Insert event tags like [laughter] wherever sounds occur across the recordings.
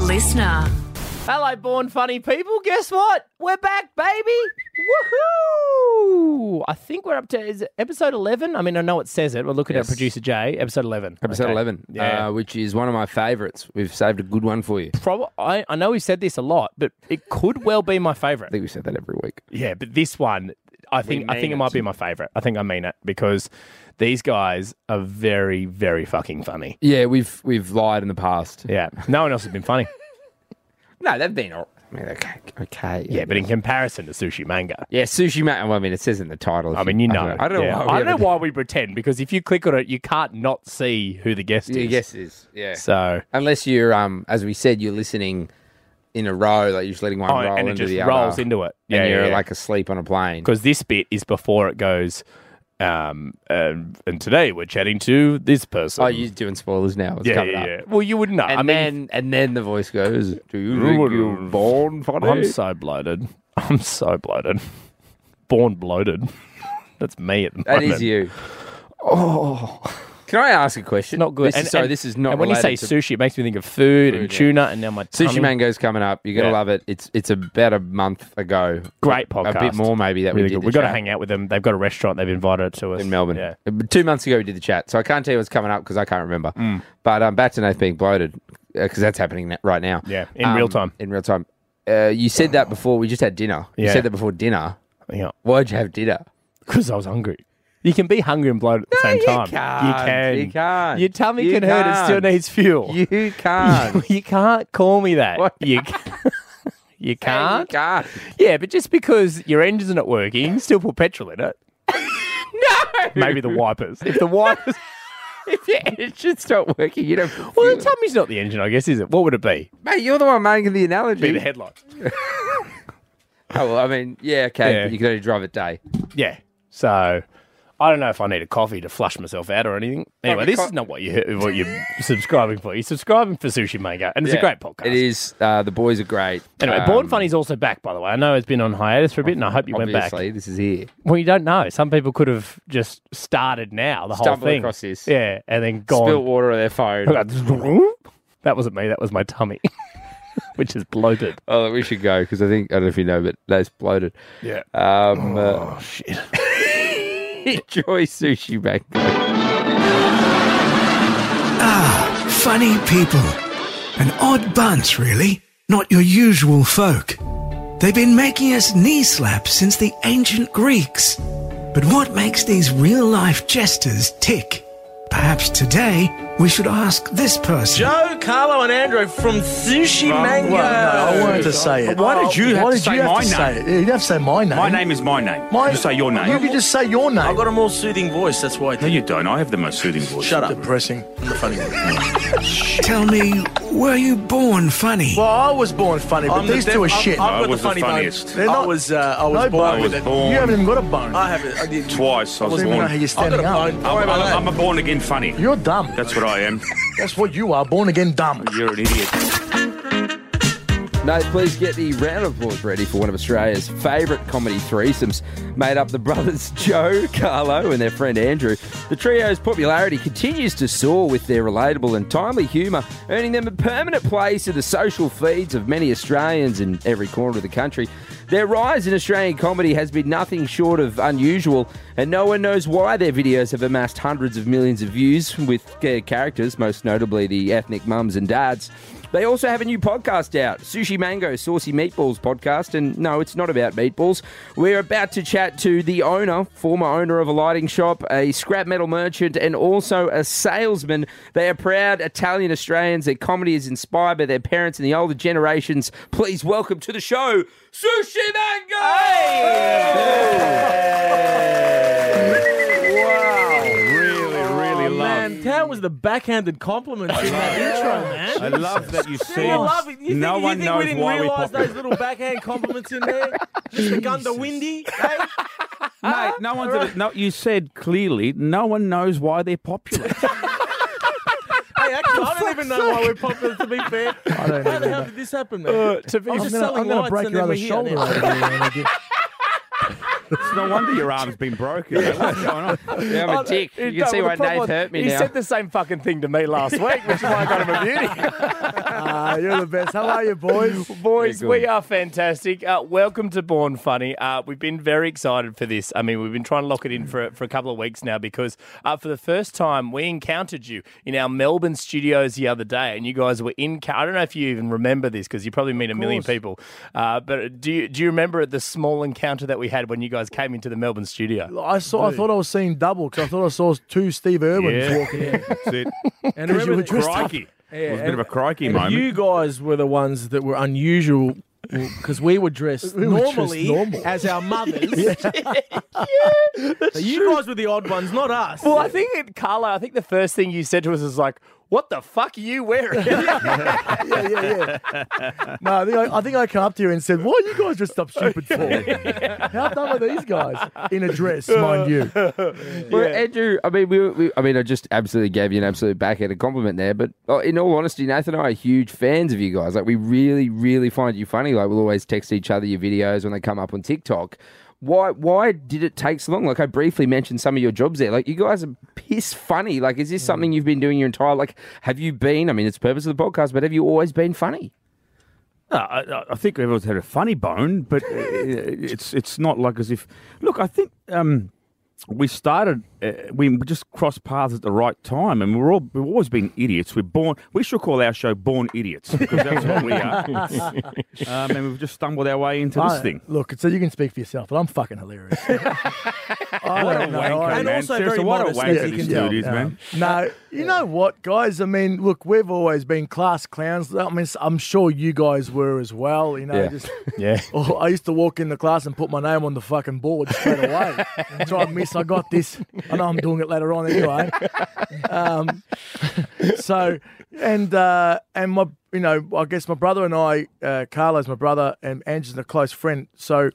listener. Hello, born funny people. Guess what? We're back, baby. Woohoo! I think we're up to is it episode 11. I mean, I know it says it. We're looking Yes. at producer Jay, episode 11. Episode Okay. 11, Yeah. uh, which is one of my favourites. We've saved a good one for you. I Prob- I, I know we said this a lot, but it could well be my favorite. think we said that every week. Yeah, but this one, I think I think it might be my favorite. I think I mean it because these guys are very, very fucking funny. Yeah, we've we've lied in the past. Yeah, no one else has been funny. No, they've been all. I mean, okay, okay. Yeah, but in comparison to Sushi Manga, yeah, sushi mate. Well, I mean, it says in the title. if I mean, you I know, don't I don't know. Yeah. Why we I don't haven't- know why we pretend because if you click on it, you can't not see who the guest Yeah, is. yes, it is. Yeah. So, Unless you're, um, as we said, you're listening in a row, like you're just letting one oh, roll and it into just the rolls other, into it. and Yeah, you're yeah, yeah. like asleep on a plane. because this bit is before it goes. Um, um, and today we're chatting to this person. Oh, you're doing spoilers now. It's yeah, coming yeah, up. yeah. Well, you wouldn't know. And I mean, then, and then the voice goes, "Do you think you're born funny?" I'm so bloated. I'm so bloated. Born bloated. [laughs] That's me at the That moment. is you. Oh. Can I ask a question? Not good. This is- And- sorry, and- this is not. And when you say related to- sushi, it makes me think of food and Food, yeah. tuna, and now my sushi tummy. mango's coming up, you're gonna Yeah. love it. It's it's about a month ago. Great A podcast. bit more maybe that Really we did. good. We've got to hang out with them. They've got a restaurant. They've invited it to us in Melbourne. Yeah. Uh, but Two months ago we did the chat, so I can't tell you what's coming up because I can't remember. Mm. But um, back to Nath being bloated because that's happening na- right now. Um, Yeah, in real time. In real time. Uh, you said that before. We just had dinner. You Yeah. said that before dinner. Yeah. Why'd you have dinner? Because I was hungry. You can be hungry and bloated at the same you time. can't. You can. You can't. Your tummy You can hurt. It still can't. needs fuel. You [laughs] can't. You can't call me that. What? You can't. [laughs] You you can't. can't. Yeah, but just because your engine's not working, you can still put petrol [laughs] in it. no. Maybe the wipers. If the wipers. [laughs] If your engine's not working, you don't. put Well, fuel the in. tummy's not the engine, I guess, is it? What would it be? Mate, you're the one making the analogy. Be the headlights. Oh, well, I mean, yeah, okay, Yeah. but you can only drive a day. Yeah. So I don't know if I need a coffee to flush myself out or anything. Anyway, Probably this co- is not what you what you're subscribing for. You're subscribing for Sushi Manga, and it's Yeah. a great podcast. It is. um, Uh, the boys are great. Uh, Anyway, Born Funny's also back, by the way. I know it's been on hiatus for a bit, and I hope you went back. Obviously, this is here. Well, you don't know. Some people could have just started now, the whole Stumbled thing. across this. Yeah, and then gone. Spilt water on their phone. [laughs] that wasn't me. That was my tummy, [laughs] which is bloated. oh, look, we should go because I think I don't know if you know, but that's bloated. Yeah. [sighs] Um, uh, [laughs] Oh shit. enjoy sushi back. Funny people. An odd bunch, really. Not your usual folk. They've been making us knee slaps since the ancient Greeks. But what makes these real life jesters tick? Perhaps today we should ask this person. Joe, Carlo, and Andrew from Sushi Mango. I wanted to say it. Why did you have Why to did say you have my to name? say it? Yeah, You'd have to say my name. My name is my name. My- you say your name. You could just say your name. I've got a more soothing voice, that's why. I no, did you don't. I have the most soothing voice. Shut up. Depressing. I'm the funny one. Tell me, were you born funny? Well, I was born funny, but I'm the these def- two are I'm- shit. I've I got the was the funny funniest. bones. They're I not- was, uh, I was no born bone. I with was it. born. You haven't even got a bone. I have it. I did. Twice. I I was don't even know how born. you're I've standing got a up. bone. Don't worry I'm, about I'm, that. I'm a born again funny. You're dumb. That's what I am. That's what you are, born again [laughs] dumb. You're an idiot. Nate, please get the round of applause ready for one of Australia's favourite comedy threesomes, made up the brothers [laughs] Joe, Carlo, and their friend Andrew. The trio's popularity continues to soar with their relatable and timely humour, earning them a permanent place in the social feeds of many Australians in every corner of the country. Their rise in Australian comedy has been nothing short of unusual, and no one knows why their videos have amassed hundreds of millions of views with uh, characters, most notably the ethnic mums and dads. They also have a new podcast out, Sushi Mango Saucy Meatballs podcast. And no, it's not about meatballs. We're about to chat to the owner, former owner of a lighting shop, a scrap metal merchant, and also a salesman. They are proud Italian Australians. Their comedy is inspired by their parents and the older generations. Please welcome to the show, Sushi Mango! Oh, man, that was the backhanded compliments in that intro, man. I love that you see. I love it. You think, no you one think knows we didn't why we realise pop those little backhand compliments in there? Mr. Gundawindi, hey? Mate, no one's. No, you said clearly. No one knows why they're popular. Hey, actually, I don't even know why we're popular, to be fair. I don't How the hell did this happen, man? to be I'm I'm just gonna, selling I'm gonna lights break and your then other we're here shoulder now. over here. It's no wonder your arm's been broken. What's going on? Yeah, Oh, I'm a dick. You can see why Dave hurt me He now. said the same fucking thing to me last week, which is why I got him a [laughs] beauty. Ah, you're the best. How are you, boys? Boys, Very good. we are fantastic. Uh, welcome to Born Funny. Uh, we've been very excited for this. I mean, we've been trying to lock it in for, for a couple of weeks now because uh, for the first time we encountered you in our Melbourne studios the other day, and you guys were in. Ca- I don't know if you even remember this because you probably meet a million people, uh, but do you do you remember the small encounter that we had when you guys came into the Melbourne studio? I saw. I thought I was seeing double because I thought I saw two Steve Irwins Yeah. walking in. That's it. And you were dressed up. Crikey. it was a bit of a crikey And moment. You guys were the ones that were unusual because we were dressed were dressed normally normal. as our mothers. [laughs] So you guys were the odd ones, not us. Well, I think it, Carla. I think the first thing you said to us was like, "What the fuck are you [laughs] wearing?" yeah, yeah, yeah. No, I think I, I think I came up to you and said, "What are you guys dressed up stupid [laughs] for? How dumb are these guys in a dress, mind [laughs] you?" Well, Andrew, I mean, we, we, I mean, I just absolutely gave you an absolute backhanded compliment there. But uh, in all honesty, Nathan and I are huge fans of you guys. Like, we really, really find you funny. Like, we'll always text each other your videos when they come up on TikTok. Why? Why did it take so long? Like, I briefly mentioned some of your jobs there. Like, you guys are piss funny. Like, Mm. is this something you've been doing your entire? Like, have you been? I mean, it's the purpose of the podcast, but have you always been funny? No, I, I- I think everyone's had a funny bone, but uh, it's it's not like as if. Look, I think um, we started. Uh, we just crossed paths at the right time, and we're all we've always been idiots. We're born. We should call our show "Born Idiots" because that's what [laughs] we are. um, and we've just stumbled our way into this Oh. I- thing. Look, so you can speak for yourself, but I'm fucking [laughs] hilarious. I What a don't know, wanker, I- And man! also Seriously, very what a modest, wanker as you this can tell. dude is, man. No, you know what, guys? I mean, look, we've always been class clowns. I mean, I'm sure you guys were as well. You know, Yeah. [laughs] just yeah. [laughs] oh, I used to walk in the class and put my name on the fucking board straight [laughs] away. Try and miss, I got this. I know I'm doing it later on [laughs] anyway. Um, so, and uh, and my, you know, I guess my brother and I, uh, Carlo's my brother, and Angie's a close friend. So,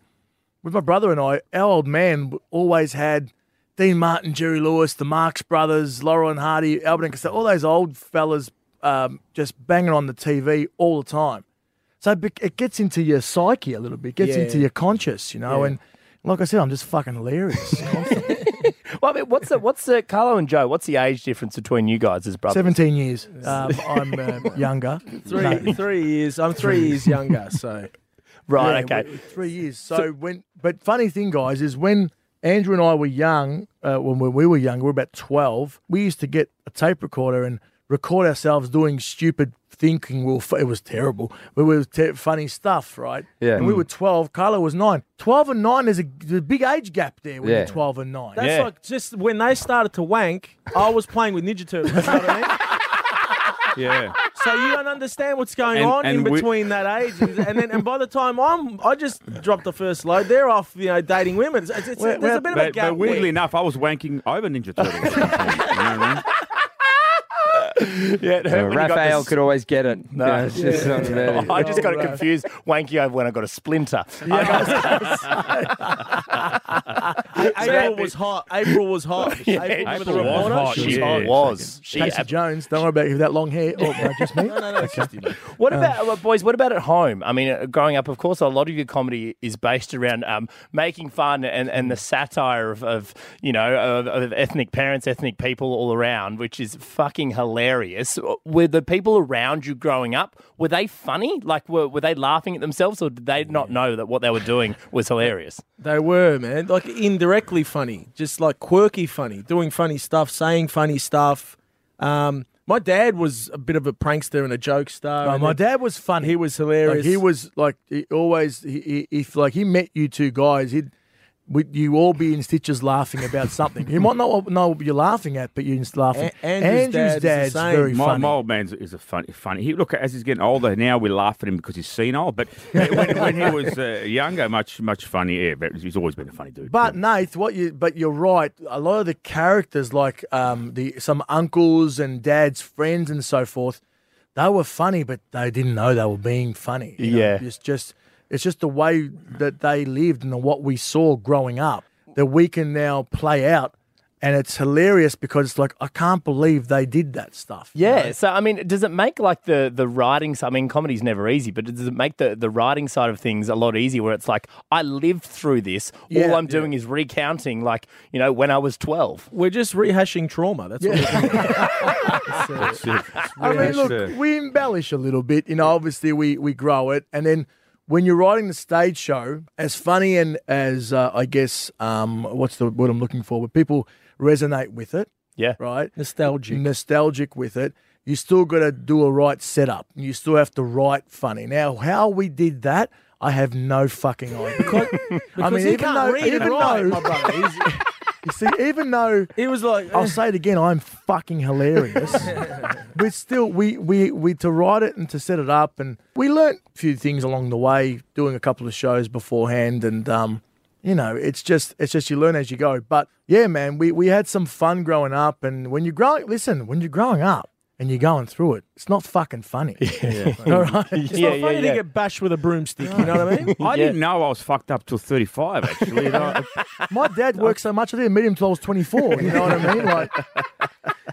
with my brother and I, our old man w- always had Dean Martin, Jerry Lewis, the Marx Brothers, Laurel and Hardy, Albert and Costello, all those old fellas um, just banging on the TV all the time. So it bec- it gets into your psyche a little bit, gets Yeah. into your conscious, you know. And like I said, I'm just fucking hilarious. [laughs] Well, I mean, what's the what's the Carlo and Joe? What's the age difference between you guys as brothers? 17 years. [laughs] Um, I'm uh, younger. Three, three years. I'm three years younger, so Right. Yeah, okay. we- Three years. So, when, but funny thing, guys, is when Andrew and I were young, uh, when we, we were young, we were about 12, we used to get a tape recorder and record ourselves doing stupid thinking. Well, it was terrible. We were te- funny stuff, right? Yeah. Mm. And we were 12. Carla was nine. 12 and nine, there's a, there's a big age gap there when Yeah. you're 12 and nine. that's Yeah. like just when they started to wank, I was playing with Ninja Turtles. You know what I mean? [laughs] Yeah. So you don't understand what's going And- on and in we- between that age, and then and by the time I'm, I just dropped the first load. They're off, you know, dating women. It's, it's, it's- Well, there's well, a bit of a But, gap. but weirdly there. enough, I was wanking over Ninja Turtles. at some point, you know what I mean? Yeah, it hurt when you got Raphael this- could always get it. No, it's [laughs] just not about it. I just got it confused. Wanky over when I got a splinter. [laughs] April was hot. April [laughs] was hot. April, remember the April was reporter? hot, She She yeah. was. She Casey ab- Jones, don't worry about you with that long hair. Oh, no, just me. What Um, about uh, boys? What about at home? I mean, uh, growing up, of course, a lot of your comedy is based around um, making fun and, and the satire of, of you know of, of ethnic parents, ethnic people all around, which is fucking hilarious. Uh, Were the people around you growing up were they funny? Like, were, were they laughing at themselves, or did they not know that what they were doing was hilarious? They were, man. Like indirectly funny, just like quirky funny, doing funny stuff, saying funny stuff. Um, my dad was a bit of a prankster and a jokester. No, and Oh, my then dad was funny. He was hilarious. Like, he was like he always. He, he, if like he met you two guys, he'd we, you all be in stitches laughing about something. He might not know what you're laughing at, but you're just laughing. A- Andrew's dad's the same. very My, funny. my old man's is a funny, funny. He look as he's getting older now. We laugh at him because he's senile. But [laughs] when, when he was uh, younger, much much funnier. Yeah, but he's always been a funny dude. But Nath, what you but you're right. A lot of the characters, like um, the some uncles and dad's friends and so forth, they were funny, but they didn't know they were being funny. you know? Yeah. it's just it's just the way that they lived and what we saw growing up that we can now play out and it's hilarious because it's like I can't believe they did that stuff. you Yeah. know? So I mean, does it make like the the writing? I mean, comedy's never easy, but does it make the the writing side of things a lot easier? Where it's like I lived through this. Yeah, All I'm doing is recounting, like you know, when I was twelve. We're just rehashing trauma. That's what we're doing. That's it. I mean, look, we embellish a little bit, you know. Obviously, we we grow it, and then when you're writing the stage show, as funny and as uh, I guess, um, what's the word I'm looking for? But people resonate with it, Yeah. right? nostalgic. nostalgic with it. You still got to do a right setup. You still have to write funny. Now, how we did that, I have no fucking idea. [laughs] I mean, he even can't though, read and even write, though, my brother. He's- [laughs] you see, even though he was like, eh. I'll say it again, I'm fucking hilarious. but still, we we we to write it and to set it up, and we learnt a few things along the way, doing a couple of shows beforehand, and um, you know, it's just it's just you learn as you go. But yeah, man, we we had some fun growing up, and when you're growing, listen, when you're growing up and you're going through it, it's not [laughs] fucking funny. All right. it's not funny to get bashed with a broomstick. [laughs] You know what I mean? I didn't know I was fucked up till 35, actually. and I- [laughs] My dad worked so much I didn't meet him till I was 24. You know what I mean? Like.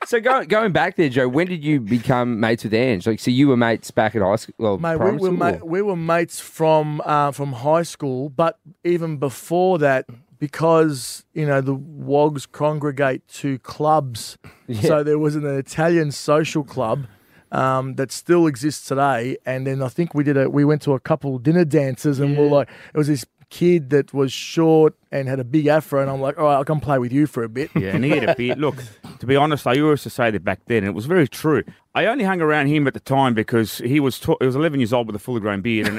So go, going back there, Joe, when did you become mates with Ange? Like, so you were mates back at high school? Well, Mate, we primary were, school, ma- or- we were mates from uh, from high school, but even before that, because you know the Wogs congregate [laughs] to clubs, so there was an Italian social club um, that still exists today. And then I think we did a we went to a couple dinner dances, and we're like, it was this kid that was short and had a big afro, and I'm like, all right, I'll come play with you for a bit. [laughs] Yeah, and he had a beard. Look, to be honest, I used to say that back then, and it was very true. I only hung around him at the time because he was tw- he was 11 years old with a fully grown beard, and,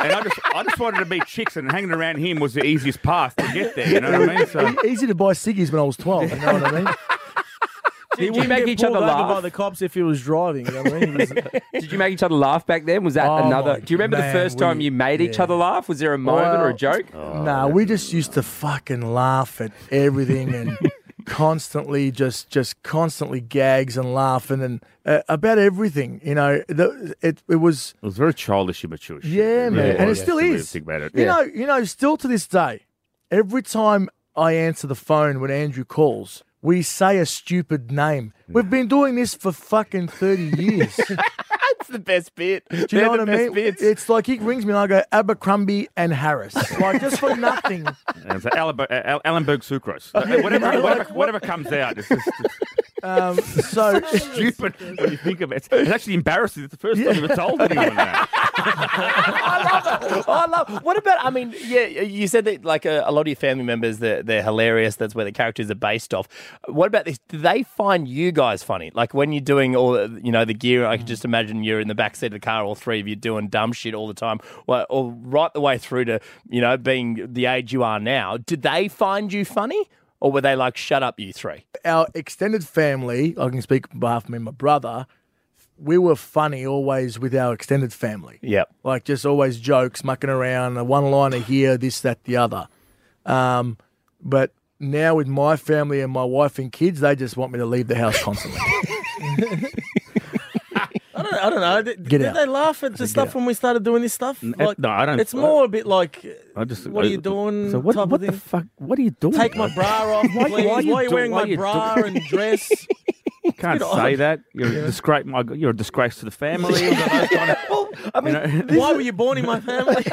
and I just I just wanted to meet chicks, and hanging around him was the easiest path to get there. You know what I mean? So E- Easy to buy ciggies when I was 12, you know what [laughs] I mean? Did you make Get each other pulled over by laugh? the cops if he was driving. You know what I [laughs] mean? He was- Did you make each other laugh back then? Was that Oh, another? my Do you remember man, the first time we- you made each yeah. other laugh? Was there a moment or a Well, [laughs] joke? Oh, nah, we just used to fucking laugh at everything and [laughs] constantly just just constantly gags and laughing and uh, about everything. You know, the, it it was it was very childish and mature. Shit. yeah, man, and it still is. Think about it. You know, you know, still to this day, every time I answer the phone when Andrew calls, we say a stupid name. We've been doing this for fucking thirty years. That's the best bit. Do you know what I mean? It's like he rings me and I go Abercrombie and Harris, like just for nothing. And it's like Allenberg, uh, Allenberg sucrose. Uh, whatever, [laughs] whatever, whatever comes out, it's just it's Um, so [laughs] stupid when you think of it. It's, it's actually embarrassing. It's the first time you've ever told [laughs] anyone that. I love. What about? I mean, yeah, you said that like a, a lot of your family members, they're, they're hilarious. That's where the characters are based off. What about this? Do they find you guys funny? Like when you're doing all, the- you know, the gear. I can just imagine you're in the back seat of the car, all three of you doing dumb shit all the time, or, or right the way through to you know being the age you are now. Did they find you funny, or were they like, "Shut up, you three? our extended family, I can speak on behalf of me and my brother, we were funny always with our extended family. Yep. Like just always jokes, mucking around, a one liner here, this, that, the other. Um, but now with my family and my wife and kids, they just want me to leave the house constantly. I don't, I don't know. Did, Get did out. they laugh at the stuff when we started doing this stuff? Like, no, I don't- It's more a bit like, I just, what are you doing? So what, type what of the thing. fuck? What are you doing? Take my bro? bra off, please. Why, why are you you do- wearing why my you do- bra and dress? Can't bit say odd. that. You're a disgrace. My, God, you're a disgrace to [laughs] the family. You know? [laughs] Why were you born in my family?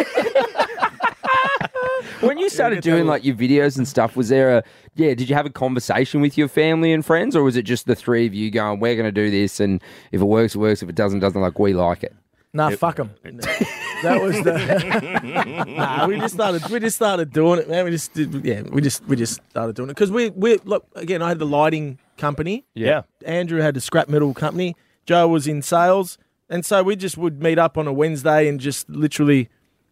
When you started doing like your videos and stuff, was there a yeah? Did you have a conversation with your family and friends, or was it just the three of you going, "We're going to do this, and if it works, it works. If it doesn't, doesn't. Like we like it." nah, fuck 'em. That was the. nah, we just started. We just started doing it, man. We just did. Yeah, we just we just started doing it because we we look again. I had the lighting company. Yeah. Andrew had a scrap metal company. Joe was in sales, and so we just would meet up on a Wednesday and just literally,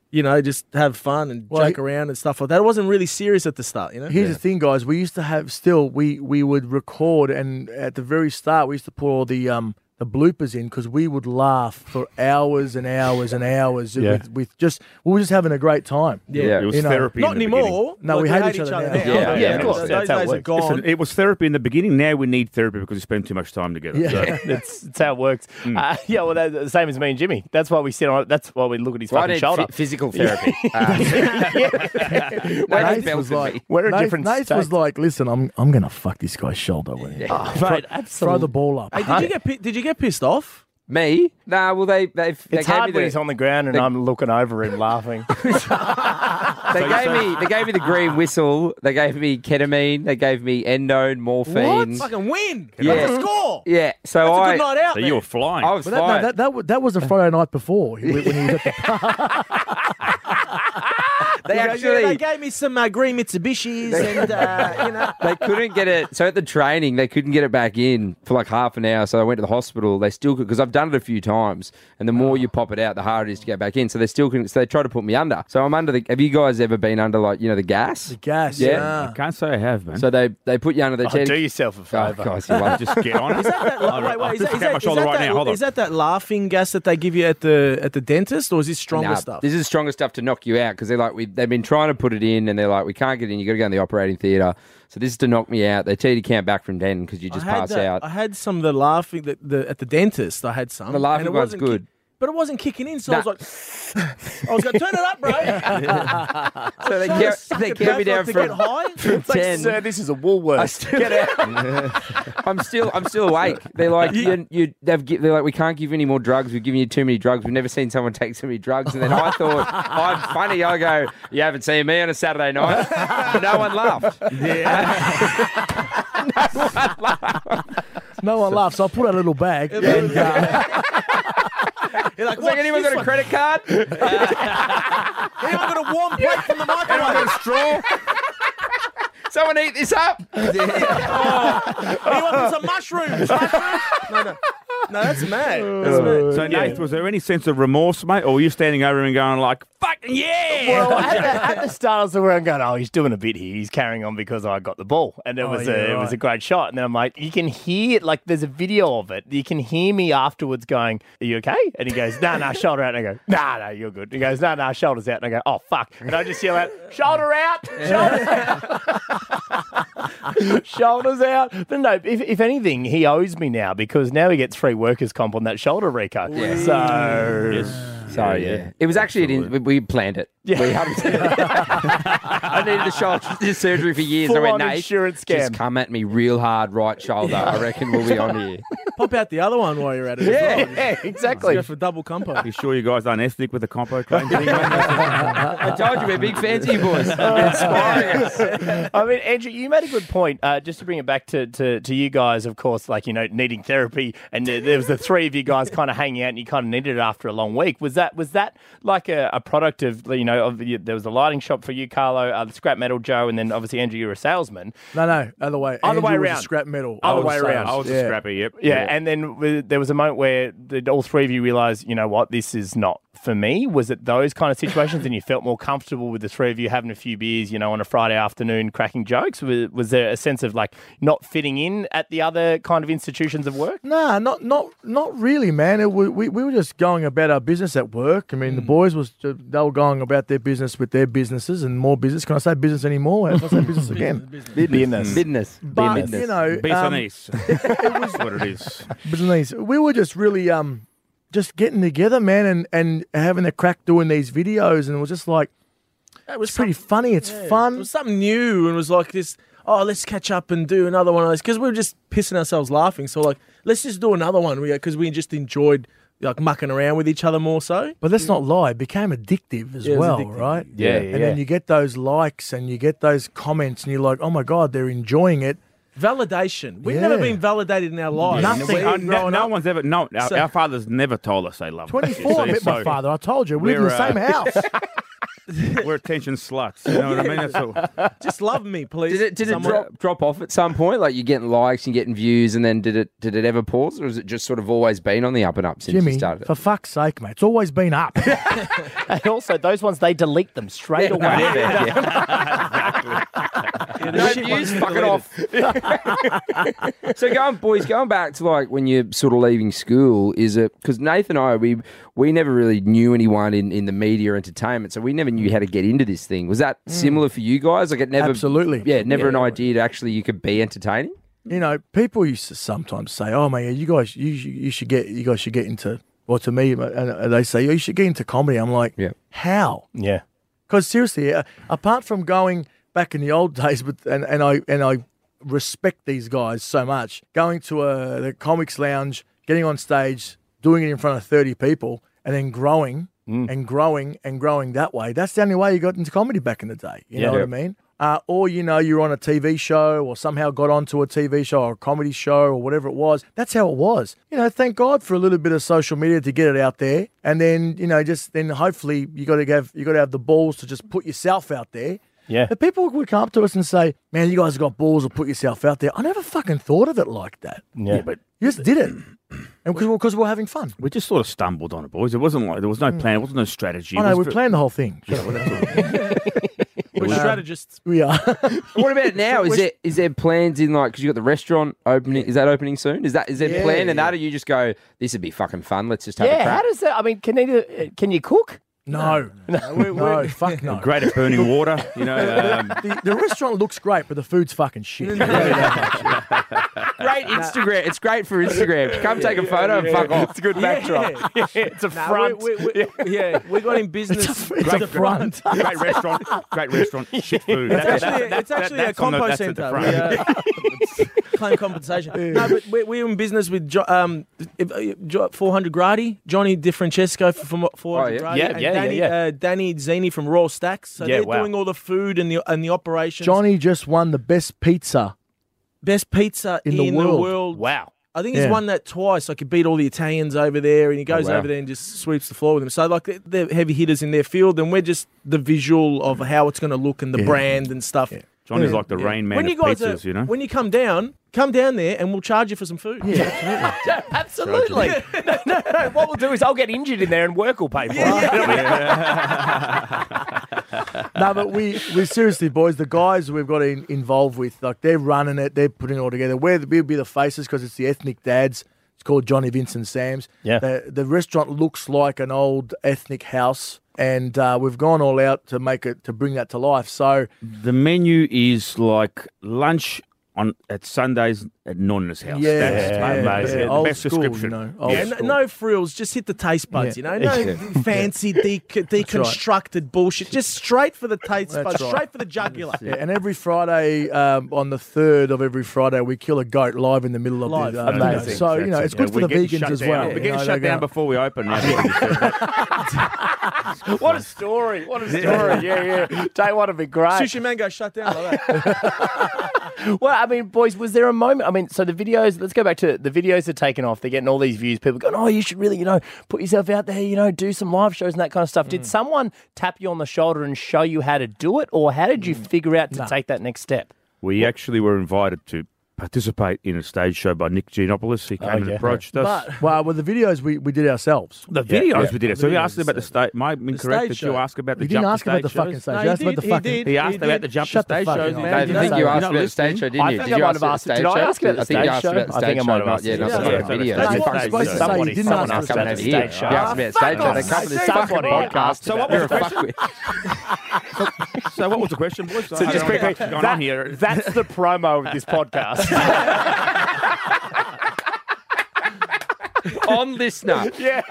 you know, just have fun and Well, joke he- around and stuff like that. It wasn't really serious at the start, you know. Here's the thing, guys. We used to have still we we would record, and at the very start, we used to put all the um the bloopers in because we would laugh for hours and hours and hours Yeah. with, with just we were just having a great time. Yeah, it was You know, therapy. Not in the beginning. anymore. No, Like, we hate each other now. Yeah, yeah, of course, So that's Those how it days are works. gone. Listen, it was therapy in the beginning. Now we need therapy because we spend too much time together. Yeah. So- That's, that's how it works. Hmm. Uh, yeah, well, that's the same as me and Jimmy. That's why we sit on. That's why we look at his Well, I fucking need shoulder. phy- physical [laughs] therapy. [laughs] Uh, Wait, Nath he bells was at like- me. We're a Nath, different Nath state. was like, "Listen, I'm I'm gonna fuck this guy's shoulder when he Oh, mate, throw the absolute- ball up." Hey, did you get pi- did you get pissed off? Me? Nah, well, they, they, they It's gave hard me when the- he's on the ground and they- I'm looking over him laughing. They gave me they gave me the green whistle. They gave me ketamine. They gave me endone, morphine. Fucking win. Yeah. That's a score. Yeah, so That's a I good night out. so there. you were flying. I was But fine. that, no, that, that, wa- that was the Friday night before he- when he was at the they Yeah, actually they gave me some uh, green Mitsubishis and uh, you know. they couldn't get it. So at the training, they couldn't get it back in for like half an hour. So I went to the hospital. They still could because I've done it a few times, and the more you pop it out, the harder it is to get back in. So they still couldn't. So they tried to put me under. So I'm under the. Have you guys ever been under like you know the gas? gas. Yeah. I can't say I have, man. So they they put you under the. oh, do yourself a Oh, favour. guys, you love just get on it. That, la- wait, wait, I'll [laughs] is just that- is get that- my is shoulder that right that- now. Hold on. Is that that laughing gas that they give you at the at the dentist, or is this stronger Nah, stuff? This is stronger stuff to knock you out because they're like, we, they've been trying to put it in and they're like, we can't get in. You got to go in the operating theatre. So this is to knock me out. They tell you to count back from 10 because you just I had pass that- out. I had some of the laughing that the at the dentist. I had some. The laughing and it one's wasn't good. kick- but it wasn't kicking in, so I Nah. was like, I was going to turn [laughs] it up, bro. [laughs] so they, Trying to count, suck they it count me down back, like, to from, get high. [laughs] from [laughs] It's like, 10. sir, this is a Woolworths. I still, [laughs] I'm still, I'm still awake. They're like, you, you, they've, gi- they're like, we can't give you any more drugs. We've given you too many drugs. We've never seen someone take so many drugs. And then I [laughs] thought, I'm funny. I go, you haven't seen me on a Saturday night. [laughs] no one laughed. No one laughs. So I put out a little [laughs] bag. [laughs] and, uh, You're like, It's like, "What's anyone got this a one? credit card? Anyone got [laughs] a warm plate from the microwave? straw. Someone eat this [laughs] up. Anyone got some mushrooms? Mushrooms? [laughs] no, no, no, that's mad. Uh. That's mad. So, Nate, was there any sense of remorse, mate, or were you standing over and going like, "Fucking yeah"? [laughs] Well, at the, at the start, I was around going, "Oh, he's doing a bit here. He's carrying on because I got the ball," and it was Oh, yeah, a it was right. a great shot. And then I'm like, "You can hear like there's a video of it. You can hear me afterwards going, "Are you okay?" And he goes, [laughs] "No, nah, no, nah, shoulder out." And I go, "Nah, no, nah, you're good." He goes, "No, nah, no, nah, shoulders out." And I go, "Oh fuck!" And I just yell out, "Shoulder out! Shoulders [laughs] out! [laughs] shoulders out!" But no, if, if anything, he owes me now because now he gets free workers comp on that shoulder, Rico. So So yeah, it was actually it we we planned it. Yeah. We had I needed the shoulder this surgery for years. I Full-on went, Nate, insurance just scam." come at me real hard, right shoulder. I reckon we'll be on here. Pop out the other one while you're at it. as well. [laughs] yeah, exactly. Go for double compo. you sure you guys aren't ethnic with the compo [laughs] claim thing? I told you we're big fans of you boys. [laughs] Inspiring us. I mean, Andrew, you made a good point. Uh, just to bring it back to, to, to you guys, of course, like, you know, needing therapy. And there, there was the three of you guys kind of hanging out and you kind of needed it after a long week. Was that was that like a, a product of, you know, of, the- there was a lighting shop for you, Carlo, uh, the scrap metal Joe, and then obviously, Andrew, you were a salesman. no, no, other way. Other way Andrew was a around. Scrap metal. Other I was way saying. around. I was a Yeah. scrapper. Yep. Yeah, and then w- there was a moment where the, all three of you realized, you know what, this is not for me. Was it those kind of situations, and you felt more comfortable with the three of you having a few beers, you know, on a Friday afternoon, cracking jokes? Was, was there a sense of like not fitting in at the other kind of institutions of work? Nah, not not not really, man. It, we, we we were just going about our business at work. I mean, Hmm. the boys was they were going about their business with their businesses and more business. Can I say business anymore? How can I say business again? Business. Business. but Business. you know, Beats um, on ease. [laughs] That's what it is. business. We were just really um just getting together, man, and and having a crack doing these videos, and it was just like It it's pretty funny. It's fun. It was something new and it was like this. Oh, let's catch up and do another one of those because we were just pissing ourselves laughing. So like, let's just do another one. We because we just enjoyed like mucking around with each other more so. But let's not lie, it became addictive as Yeah, it was well, addictive. right? Yeah, And then you get those likes and you get those comments, and you're like, oh my God, they're enjoying [laughs] it. Validation. We've never Yeah. been validated in our lives. Nothing. We're Uh, no, growing no up. one's ever. No, our, So- our fathers never told us they love us. 24, I You see, met my so- father. I told you, we live in we're, the uh, same house. [laughs] We're attention sluts. You know what I mean? That's all. [laughs] Just love me, please. Did it did it Someone- drop, drop off at some point? Like you're getting likes and getting views, and then did it did it ever pause, or has it just sort of always been on the up and up since Jimmy, you started? for fuck's sake, mate, it's always been up. [laughs] And also, those ones they delete them straight away. [laughs] [laughs] no views, fuck it off. [laughs] so going, boys, going back to like when you're sort of leaving school, is it because Nathan and I we we never really knew anyone in in the media entertainment, so we never knew how to get into this thing. Was that similar for you guys? Like it never Absolutely. yeah, never an idea to actually you could be entertaining. you know, people used to sometimes say, "Oh man, you guys, you sh- you should get you guys should get into." Well, to me, and- and they say, "Oh, you should get into comedy." I'm like, Yeah. how?" Yeah. Because seriously, uh, apart from going back in the old [laughs] days, but and, and I and I respect these guys so much. Going to a the comics lounge, getting on stage, doing it in front of thirty people, and then growing and growing and growing that way. That's the only way you got into comedy back in the day. You Yeah. know Yeah. what I mean? Uh, or you know, you're on a TV show, or somehow got onto a TV show or a comedy show or whatever it was. That's how it was. You know, thank God for a little bit of social media to get it out there, and then you know, just then hopefully you got to have you got to have the balls to just put yourself out there. Yeah. But people would come up to us and say, "Man, you guys got balls to put yourself out there." I never fucking thought of it like that. Yeah. but You just did it, and because we're, 'cause we're having fun. We just sort of stumbled on it, boys. It wasn't like there was no plan. It wasn't no strategy. I It know was we ve- planned the whole thing. We're [laughs] strategists. [laughs] We are. What about now? Is there is there plans in like because you got the restaurant opening? Is that opening soon? Is that is there plan in that, or you just go? This would be fucking fun. Let's just have a Yeah. crack. How does that? I mean, can you uh, can you cook? no, no, we- we- no, fuck no. Great at burning water, you [laughs] know. Um, the, the restaurant looks great, but the food's fucking shit. great Instagram. It's great for Instagram. Come take a photo and fuck off. It's a good [laughs] backdrop. it's a Nah, front. We, we, we, [laughs] yeah, we got in business. it's a, it's a front. [laughs] great restaurant. Great restaurant. Shit food. That- that- It's actually, that- it's that- actually a that's on the- compo that's at the centre. front. [laughs] We, uh, claim compensation. No, but we're, we're in business with jo- um, if, uh, jo- 400 Grady, Johnny DiFrancesco from, from Oh, 400 yeah. Grady, Yeah, yeah, and yeah, Danny, yeah. Uh, Danny Zini from Raw Stacks. So Yeah, they're wow. doing all the food and the and the operations. Johnny just won the best pizza. best pizza in, In the world. wow. I think he's Yeah. won that twice. Like he beat all the Italians over there, and he goes Oh, wow. over there and just sweeps the floor with them. So like they're- they're heavy hitters in their field, and we're just the visual of how it's going to look and the brand and stuff. Johnny's like the rain man Hmm. when you of guys pizzas, are, you know. when you come down, come down there and we'll charge you for some food. Yeah, Absolutely. [laughs] no, no, no. What we'll do is I'll get injured in there and work will pay for it. [laughs] No, but we, we seriously, boys, the guys we've got in, involved with, like they're running it, they're putting it all together. We're the, we'll be the faces because it's the ethnic dads. It's called Johnny Vincent Sam's. Yeah. The, the restaurant looks like an old ethnic house, and uh, we've gone all out to make it to bring that to life. So The menu is like lunch on at Sundays at Nonna's house. Yeah, That's yeah, amazing. yeah. The Old best school, description. you know, old yeah. no, no frills, just hit the taste buds, you know? No [laughs] fancy de- deconstructed bullshit. Just straight for the taste buds, right. straight for the jugular. Yeah, and every Friday, um, on the third of every Friday, we kill a goat live in the middle of Live. the uh, Amazing. video. So you know That's it's it. good Yeah, for we're the getting vegans shut as down. well. We're you getting know, uh, shut they're down going- before we [laughs] open now. What a story. What a story. Yeah, yeah. Day one would be great. Sushi Mango shut down like that. Well, I mean, boys, was there a moment? I mean, so the videos, let's go back to the videos are taking off. They're getting all these views. People going, oh, you should really, you know, put yourself out there, you know, do some live shows and that kind of stuff. Did someone tap you on the shoulder and show you how to do it? Or how did you figure out to take that next step? we actually were invited to participate in a stage show by Nick Giannopoulos. He came and yeah. approached us. But well, with the videos we, we did ourselves. [laughs] the videos we did it. So he asked about the stage. Am I incorrect? stage Did you show. ask about the You didn't jump to ask about the stage fucking shows? stage. No, you he asked about did, the he fucking. did. He asked He about did. the jump Shut to the stage fuck shows. up. man. I Did think you you ask asked about about the stage show, didn't I you? think Did I you might ask have about asked. the Did I stage ask show? about the I think stage you asked show? about the I think I stage might show, have asked. yeah, you not about so much the video. stage That's show. what I'm supposed to say. Somebody- You didn't someone ask asked about the stage show. off. Somebody asked me about stage. They covered this fucking podcast. us about the video. asked about You're a the fuckwit. [laughs] So what was the question, boys? So just quickly, that- [laughs] That's the promo of [laughs] this podcast. On listener. [laughs] yeah,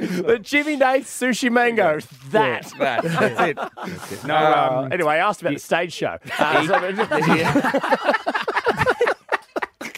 the Jimmy Nate sushi mango. That. That. That's it. No, um, Anyway, I asked about the stage show. Uh, so-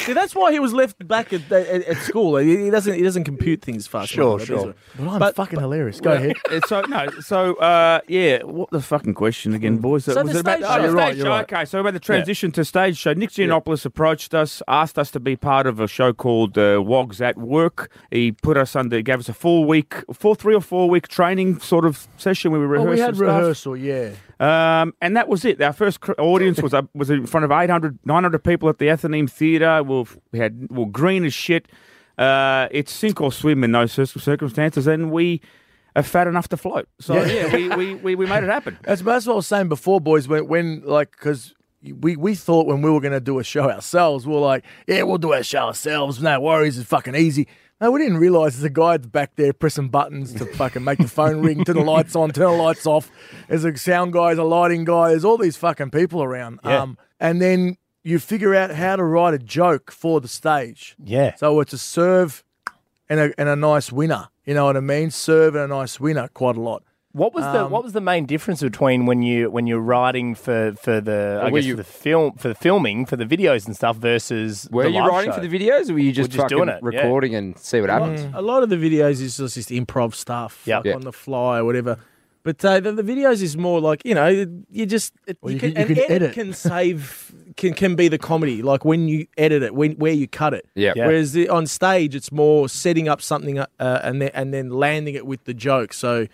See, that's why he was left back at, at, at school. He, he doesn't he doesn't compute things fast. Sure, enough. sure. But I'm But- fucking hilarious. Go [laughs] ahead. Uh, so no, so uh, yeah. What the fucking question again, boys? So the about stage oh, show. the You're stage right, show? Okay, so about the transition to stage show. Nick Giannopoulos approached us, asked us to be part of a show called uh, Wogs at Work. He put us under, gave us a four week, four three or four week training sort of session. We were Oh, rehearsing. we had stuff. rehearsal, yeah. Um, and that was it. Our first cr- audience was up, was in front of 800, 900 people at the Athenaeum Theatre. We were- we had we were green as shit. Uh, it's sink or swim in those cir- circumstances, and we are fat enough to float. So Oh, yeah, we, we, we, we made it happen. That's, that's what I was saying before, boys. When, when like, because we, we thought when we were going to do a show ourselves, we were like, yeah, we'll do our show ourselves. No worries. It's fucking easy. No, we didn't realize there's a guy at the back there pressing buttons to fucking make the phone ring, turn the lights on, turn the lights off. There's a sound guy, there's a lighting guy, there's all these fucking people around. Um, and then you figure out how to write a joke for the stage. Yeah. So it's a serve and a, and a nice winner. You know what I mean? Serve and a nice winner quite a lot. What was the Um, what was the main difference between when you when you're writing for for the I were guess you- for the film for the filming for the videos and stuff versus Were the you live writing show? for the videos, or were you just, just fucking doing it, yeah. recording and see what happens? A lot of the videos is just, just improv stuff, Yeah. like Yeah. on the fly or whatever. But uh, the, the videos is more like you know you just it, Well, you can, can- you an can edit. can save can can be the comedy like when you edit it when where you cut it. Yeah. Yeah. Whereas the, on stage it's more setting up something uh, and then and then landing it with the joke. So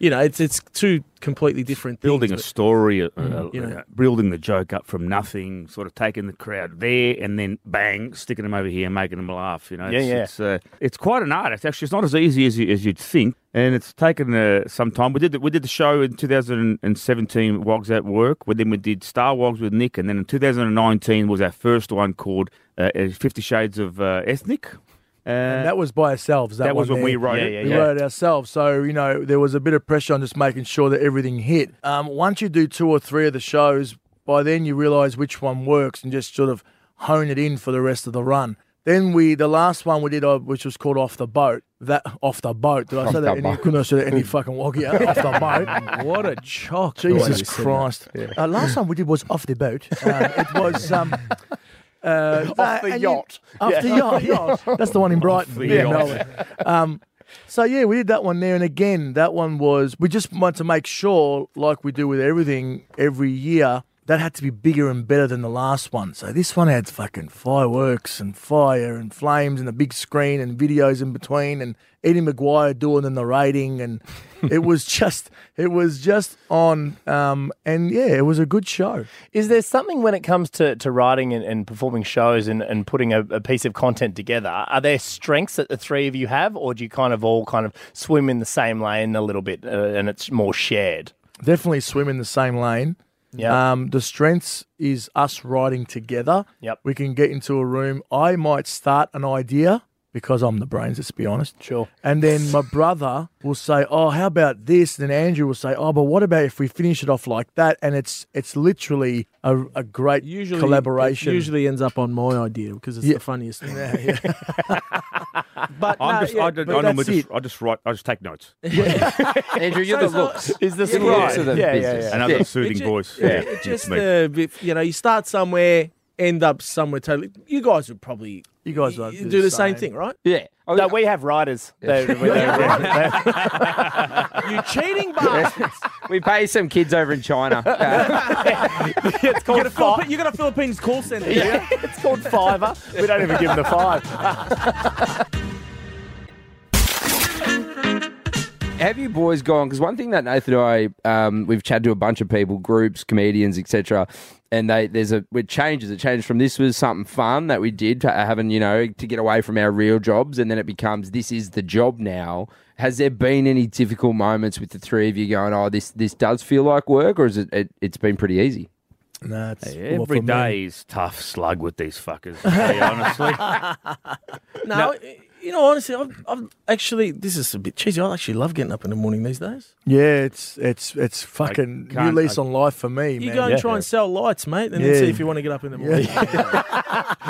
you know it's it's two completely different Building a things, story, uh, uh, you know. building the joke up from nothing, sort of taking the crowd there, and then bang, sticking them over here, and making them laugh. You know, Yeah, it's, yeah. It's, uh, it's quite an art. It's actually it's not as easy as you, as you'd think, and it's taken uh, some time. We did the, we did the show in 2017, Wogs at Work. Well, then we did Star Wogs with Nick, and then in 2019 was our first one called uh, uh, Fifty Shades of uh, Ethnic. Uh, And that was by ourselves. That, that was one when we there. wrote Yeah, it. yeah, We wrote it ourselves. So, you know, there was a bit of pressure on just making sure that everything hit. Um, once you do two or three of the shows, by then you realize which one works and just sort of hone it in for the rest of the run. Then we, the last one we did, uh, which was called Off the Boat, that, Off the Boat. Did I say the that? Any, boat. couldn't I say that any fucking wog yeah, Off the Boat. What a chock! the way Jesus you said that. Christ. Uh, last time we did was Off the Boat. Um, it was. Um, uh, Off the and you- yacht. off the yacht, yacht. That's the [laughs] one in Brighton. yeah, yacht. Melbourne. Um, so yeah, we did that one there, and again, that one was we just wanted to make sure, like we do with everything every year, that had to be bigger and better than the last one. So this one had fucking fireworks and fire and flames and a big screen and videos in between and Eddie McGuire doing the narrating [laughs] and it was just it was just on um, and yeah, it was a good show. Is there something when it comes to, to writing and, and performing shows and, and putting a, a piece of content together? Are there strengths that the three of you have, or do you kind of all kind of swim in the same lane a little bit uh, and it's more shared? Definitely swim in the same lane. Uh, Yeah. Um, the strengths is us writing together. Yep. We can get into a room. I might start an idea because I'm the brains, let's be honest. Sure. And then [laughs] my brother will say, Oh, how about this? And then Andrew will say, Oh, but what about if we finish it off like that? And it's it's literally a, a great Usually collaboration. it usually ends up on my idea because it's the funniest. One. [laughs] but I'm no, just, yeah, I, don't- but I normally that's it. just, I just write, I just [laughs] take notes, Andrew, you're the looks. Is this You're the looks of the Yeah, yeah, business. yeah. and I've got a It soothing ju- voice. it- it It's just, me. uh, bit- you know, you start somewhere, end up somewhere totally. You guys would probably You guys would do, the same, thing, right? Yeah. Oh, No, we have writers. They- [laughs] we- [laughs] they- you cheating bastards! [laughs] we pay some kids over in [laughs] China. Uh, it's called You fi- got, a, you got a Philippines call center. It's called Fiver. We don't even give them the five. have you boys gone? Because one thing that Nathan and I, um, we've chatted to a bunch of people, groups, comedians, etc. And they there's a it changes. It changed from this was something fun that we did to having you know to get away from our real jobs, and then it becomes this is the job now. Has there been any difficult moments with the three of you going? Oh, this this does feel like work, or is it, it it's been pretty easy? Nah, it's, well, Every for me- day is tough slug with these fuckers. I tell you honestly, No, you know, honestly, I've, I've actually, this is a bit cheesy. I actually love getting up in the morning these days. Yeah, it's it's it's fucking new can't- lease I- on life for me, You man. go and yeah. try and sell lights, mate, and Yeah. then see if you want to get up in the morning.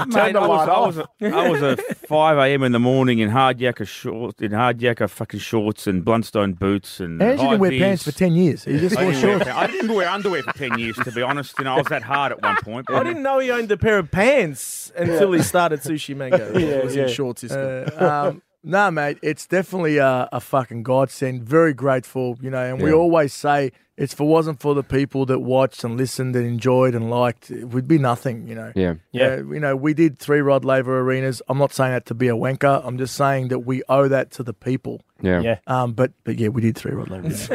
Mate, I, was, I, was a, I was a 5 a.m. in the morning in hard yakka shorts, in hard yakka fucking shorts and Blundstone boots and. [laughs] Andrew high didn't wear vis. pants for ten years. He just I wore didn't, [laughs] wear, shorts. pants. I didn't wear underwear for 10 years, to be honest. You know, I was that hard at one point. I didn't know he owned a pair of pants until he started Sushi [laughs] Mango. yeah, it was in yeah. shorts. This guy. Uh, um, [laughs] nah, mate, it's definitely a, a fucking godsend. Very grateful, you know. And we always say it's if it wasn't for the people that watched and listened and enjoyed and liked, it would be nothing, you know. Yeah. Yeah. Uh, you know, we did three Rod Laver arenas. I'm not saying that to be a wanker. I'm just saying that we owe that to the people. Yeah. Yeah. Um, but but yeah, we did three Rod Laver arenas.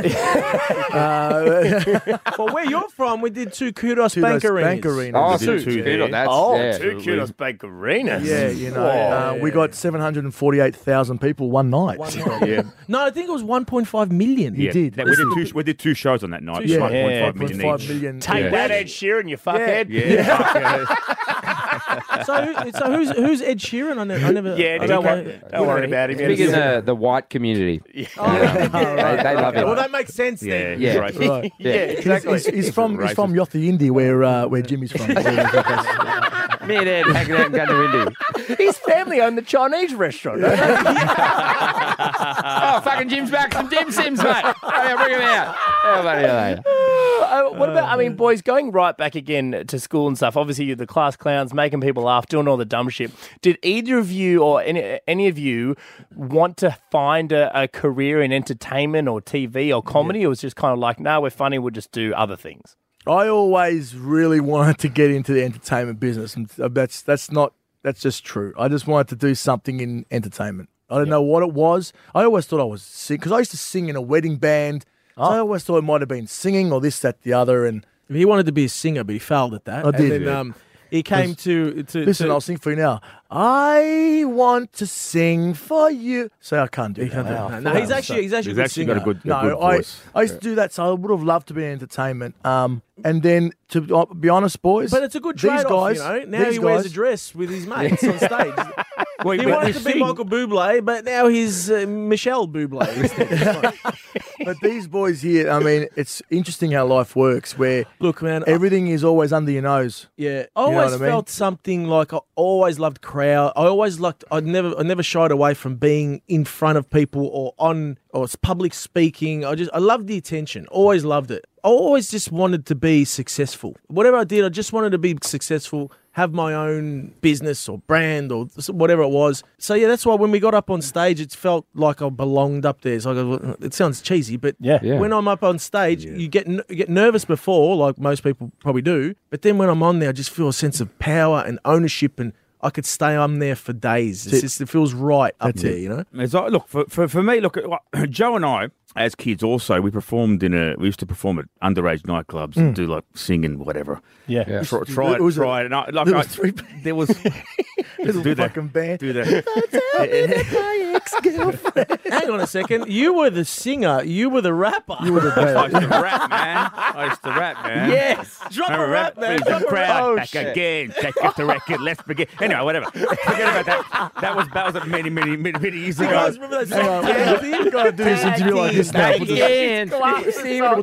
Uh, [laughs] well, where you're from, we did two kudos, Kudos bank arenas. Bank arenas. Oh, Two, two, two, good yeah. on that. Oh, yeah. two kudos bakerinas. Yeah, you know, Whoa. uh, we got 748,000 people one night. Yeah. No, I think it was 1.5 million. yeah. did. That- we, did two, sh- we did two shows on that night. Yeah. Yeah. Point 1.5 million five each. million. Take [laughs] Yeah. that, Ed Sheeran, you fuckhead. Yeah. [laughs] So, who, so who's who's Ed Sheeran? I, ne- I [laughs] never. Yeah, I don't, don't worry, know. don't worry about him. Big in the, uh, the white community. [laughs] Oh, They, they love Well, it. that makes sense Yeah. then. Yeah. Right. Right. yeah, He's, exactly. he's, he's from he's from Yothi Indy, where uh, where Jimmy's from. Me and Ed hanging out in Gundawindi. [laughs] His family owned the Chinese restaurant. Oh, fucking Jim's back. Some Jim Sims, mate. Oh, yeah, bring him out. How funny are they? Uh, what about, I mean, boys, going right back again to school and stuff, obviously you're the class clowns, making people laugh, doing all the dumb shit. Did either of you or any, any of you want to find a, a career in entertainment or TV or comedy, or was it just kind of like, no, we're funny, we'll just do other things? I always really wanted to get into the entertainment business, and that's that's not that's just true. I just wanted to do something in entertainment. I don't know what it was. I always thought I was sing because I used to sing in a wedding band. So I always thought it might have been singing or this, that, the other. And He wanted to be a singer, but he failed at that. I did. And then, Yeah. um, he came to to listen, to, I'll sing for you now. I want to sing for you. So I can't do that. no, no, he's actually he's actually, He's a good actually singer. got a good, a No, good I, voice. I used to do that, so I would have loved to be in entertainment. Um, and then to be- uh, be honest, boys, But it's a good these trade off, guys. you know. Now these he wears a guys- dress with [laughs] his mates on stage. Wait, He but wanted you to be sing- Michael Bublé, but now he's uh, Michelle Bublé. [laughs] instead. But these boys here, I mean, it's interesting how life [laughs] works, where Look, man, I- everything is always under your nose. Yeah, I You always know what I mean? felt something like I always loved crowd. I always liked. I never, I never shied away from being in front of people or on or it's public speaking. I just, I loved the attention. Always loved it. I always just wanted to be successful. Whatever I did, I just wanted to be successful. Have my own business or brand or s- whatever it was. So yeah, that's why when we got up on stage, it felt like I belonged up there. So I go, it sounds cheesy, but Yeah. Yeah. when I'm up on stage, you get n- you get nervous before, like most people probably do. But then when I'm on there, I just feel a sense of power and ownership, and I could stay on there for days. It's just, it feels right up there, you know. As I, look for, for for me, look [clears throat] Joe and I as kids also we performed in a we used to perform at underage nightclubs and do like singing whatever. Yeah. Try, try it, Mm. was a- try it. And I, like, there I- was three- there [laughs] was Little do that. fucking band. do [laughs] that. [laughs] Hang on a second, you were the singer, you were the rapper. You were the I used to rap, man. I used to rap, man. yes, drop a Remember rap, rap, man. There's Drop a a rap. crowd Oh, back shit. again. Take up the record. Let's begin. Anyway, whatever. Forget about that. That was that was many many many many years [laughs] You guys ago. remember that Hang on, song? [laughs] we Tag Team? gotta- we gotta do this interview like this now. Put the, Again. put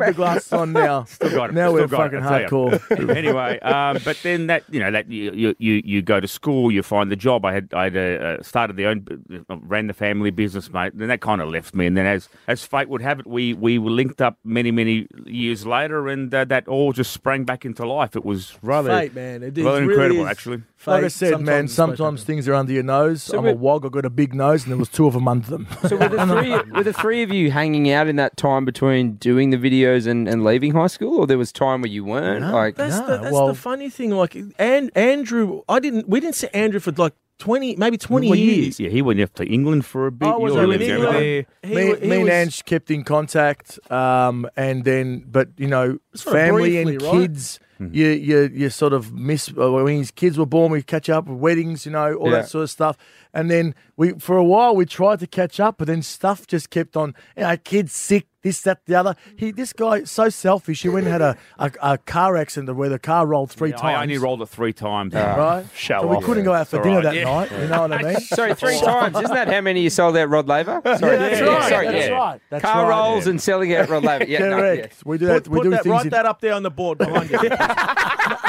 the glasses on now. Still got it. Now Still we're got fucking it, I tell you. hardcore. [laughs] anyway, um, but then that you know that you, you you you go to school, you find the job. I had I had uh, started the own uh, ran the family business, mate. Then that kind of left me. And then as as fate would have it, we we were linked up many many years later, and uh, that all just sprang back into life. It was rather Fate, man. It is rather really incredible, is actually. fate. Like I said, man, it's like sometimes that. things are under your nose. I'm a wog. I got a big nose, and there was two of them under [laughs] them. So were the, three, were the three of you hanging out in that time between doing the videos and, and leaving high school, or there was time where you weren't? like, That's, No, the, that's well- the funny thing. Like, and Andrew, I didn't. We didn't see Andrew for like twenty, maybe twenty Well, you- years. yeah, he went off to England for a bit. I was You over lived in over England. there. He me, wa- he me and was- Ange kept in contact, um, and then, but you know, sort of family and briefly, right? kids, you, you you sort of miss uh, when his kids were born. We catch up with weddings, you know, all Yeah. that sort of stuff. And then we, for a while, we tried to catch up, but then stuff just kept on. You know, kids sick, this, that, the other. He, this guy, so selfish. He went and had a, a, a car accident where the car rolled three times. I only rolled it three times. right. Show so we off. couldn't go out for It's dinner all right. that night. You know what I [laughs] mean? [laughs] Sorry, three times. Isn't that how many you sold out Rod Laver? Sorry, that's yeah, right, sorry, that's yeah. right, that's Car right, rolls yeah. and selling out Rod Laver. Yeah, no, Correct. We do that. Put, we put do that, things write in- that up there on the board [laughs] behind you. no,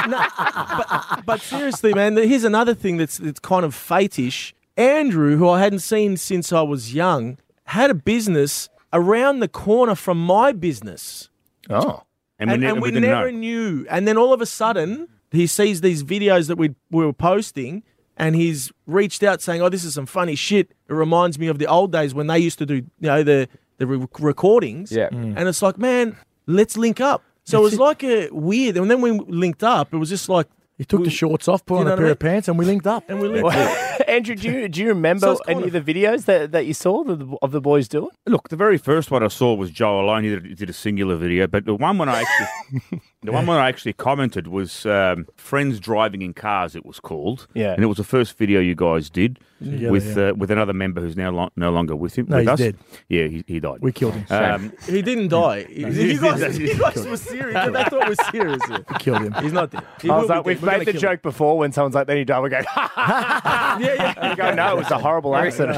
no, but, but seriously, man, here's another thing that's that's kind of fatish. Andrew, who I hadn't seen since I was young, had a business around the corner from my business, Oh. And we, and, ne- and we, didn't never know. knew. And then all of a sudden, he sees these videos that we we were posting, and he's reached out saying, "Oh, this is some funny shit." It reminds me of the old days when they used to do, you know, the the re- recordings. Yeah. Mm. And it's like, man, let's link up. So it was like a weird. And then when we linked up, it was just like, He took the shorts off, put on know what a I pair mean? of pants, and we linked up. and we linked. up. [laughs] Andrew, do you, do you remember it's kind any of of- the videos that, that you saw of the, of the boys doing? Look, the very first one I saw was Joe alone. He did, he did a singular video, but the one when I actually, the one when I actually commented was um, "Friends Driving in Cars." It was called. Yeah. and it was the first video you guys did with Uh, with another member who's now lo- no longer with him. No, with he's us. dead. Yeah, he, he died. We killed him. Um, He didn't die. [laughs] you guys, [laughs] you guys were serious. They thought we were serious. here. We killed him. He's not [laughs] dead. He I will was be Oh, like, dead. we've We're gonna made the kill him. joke before when someone's like, then he died. We go, [laughs] ha ha. Yeah, yeah. You go, no, it was a horrible accident.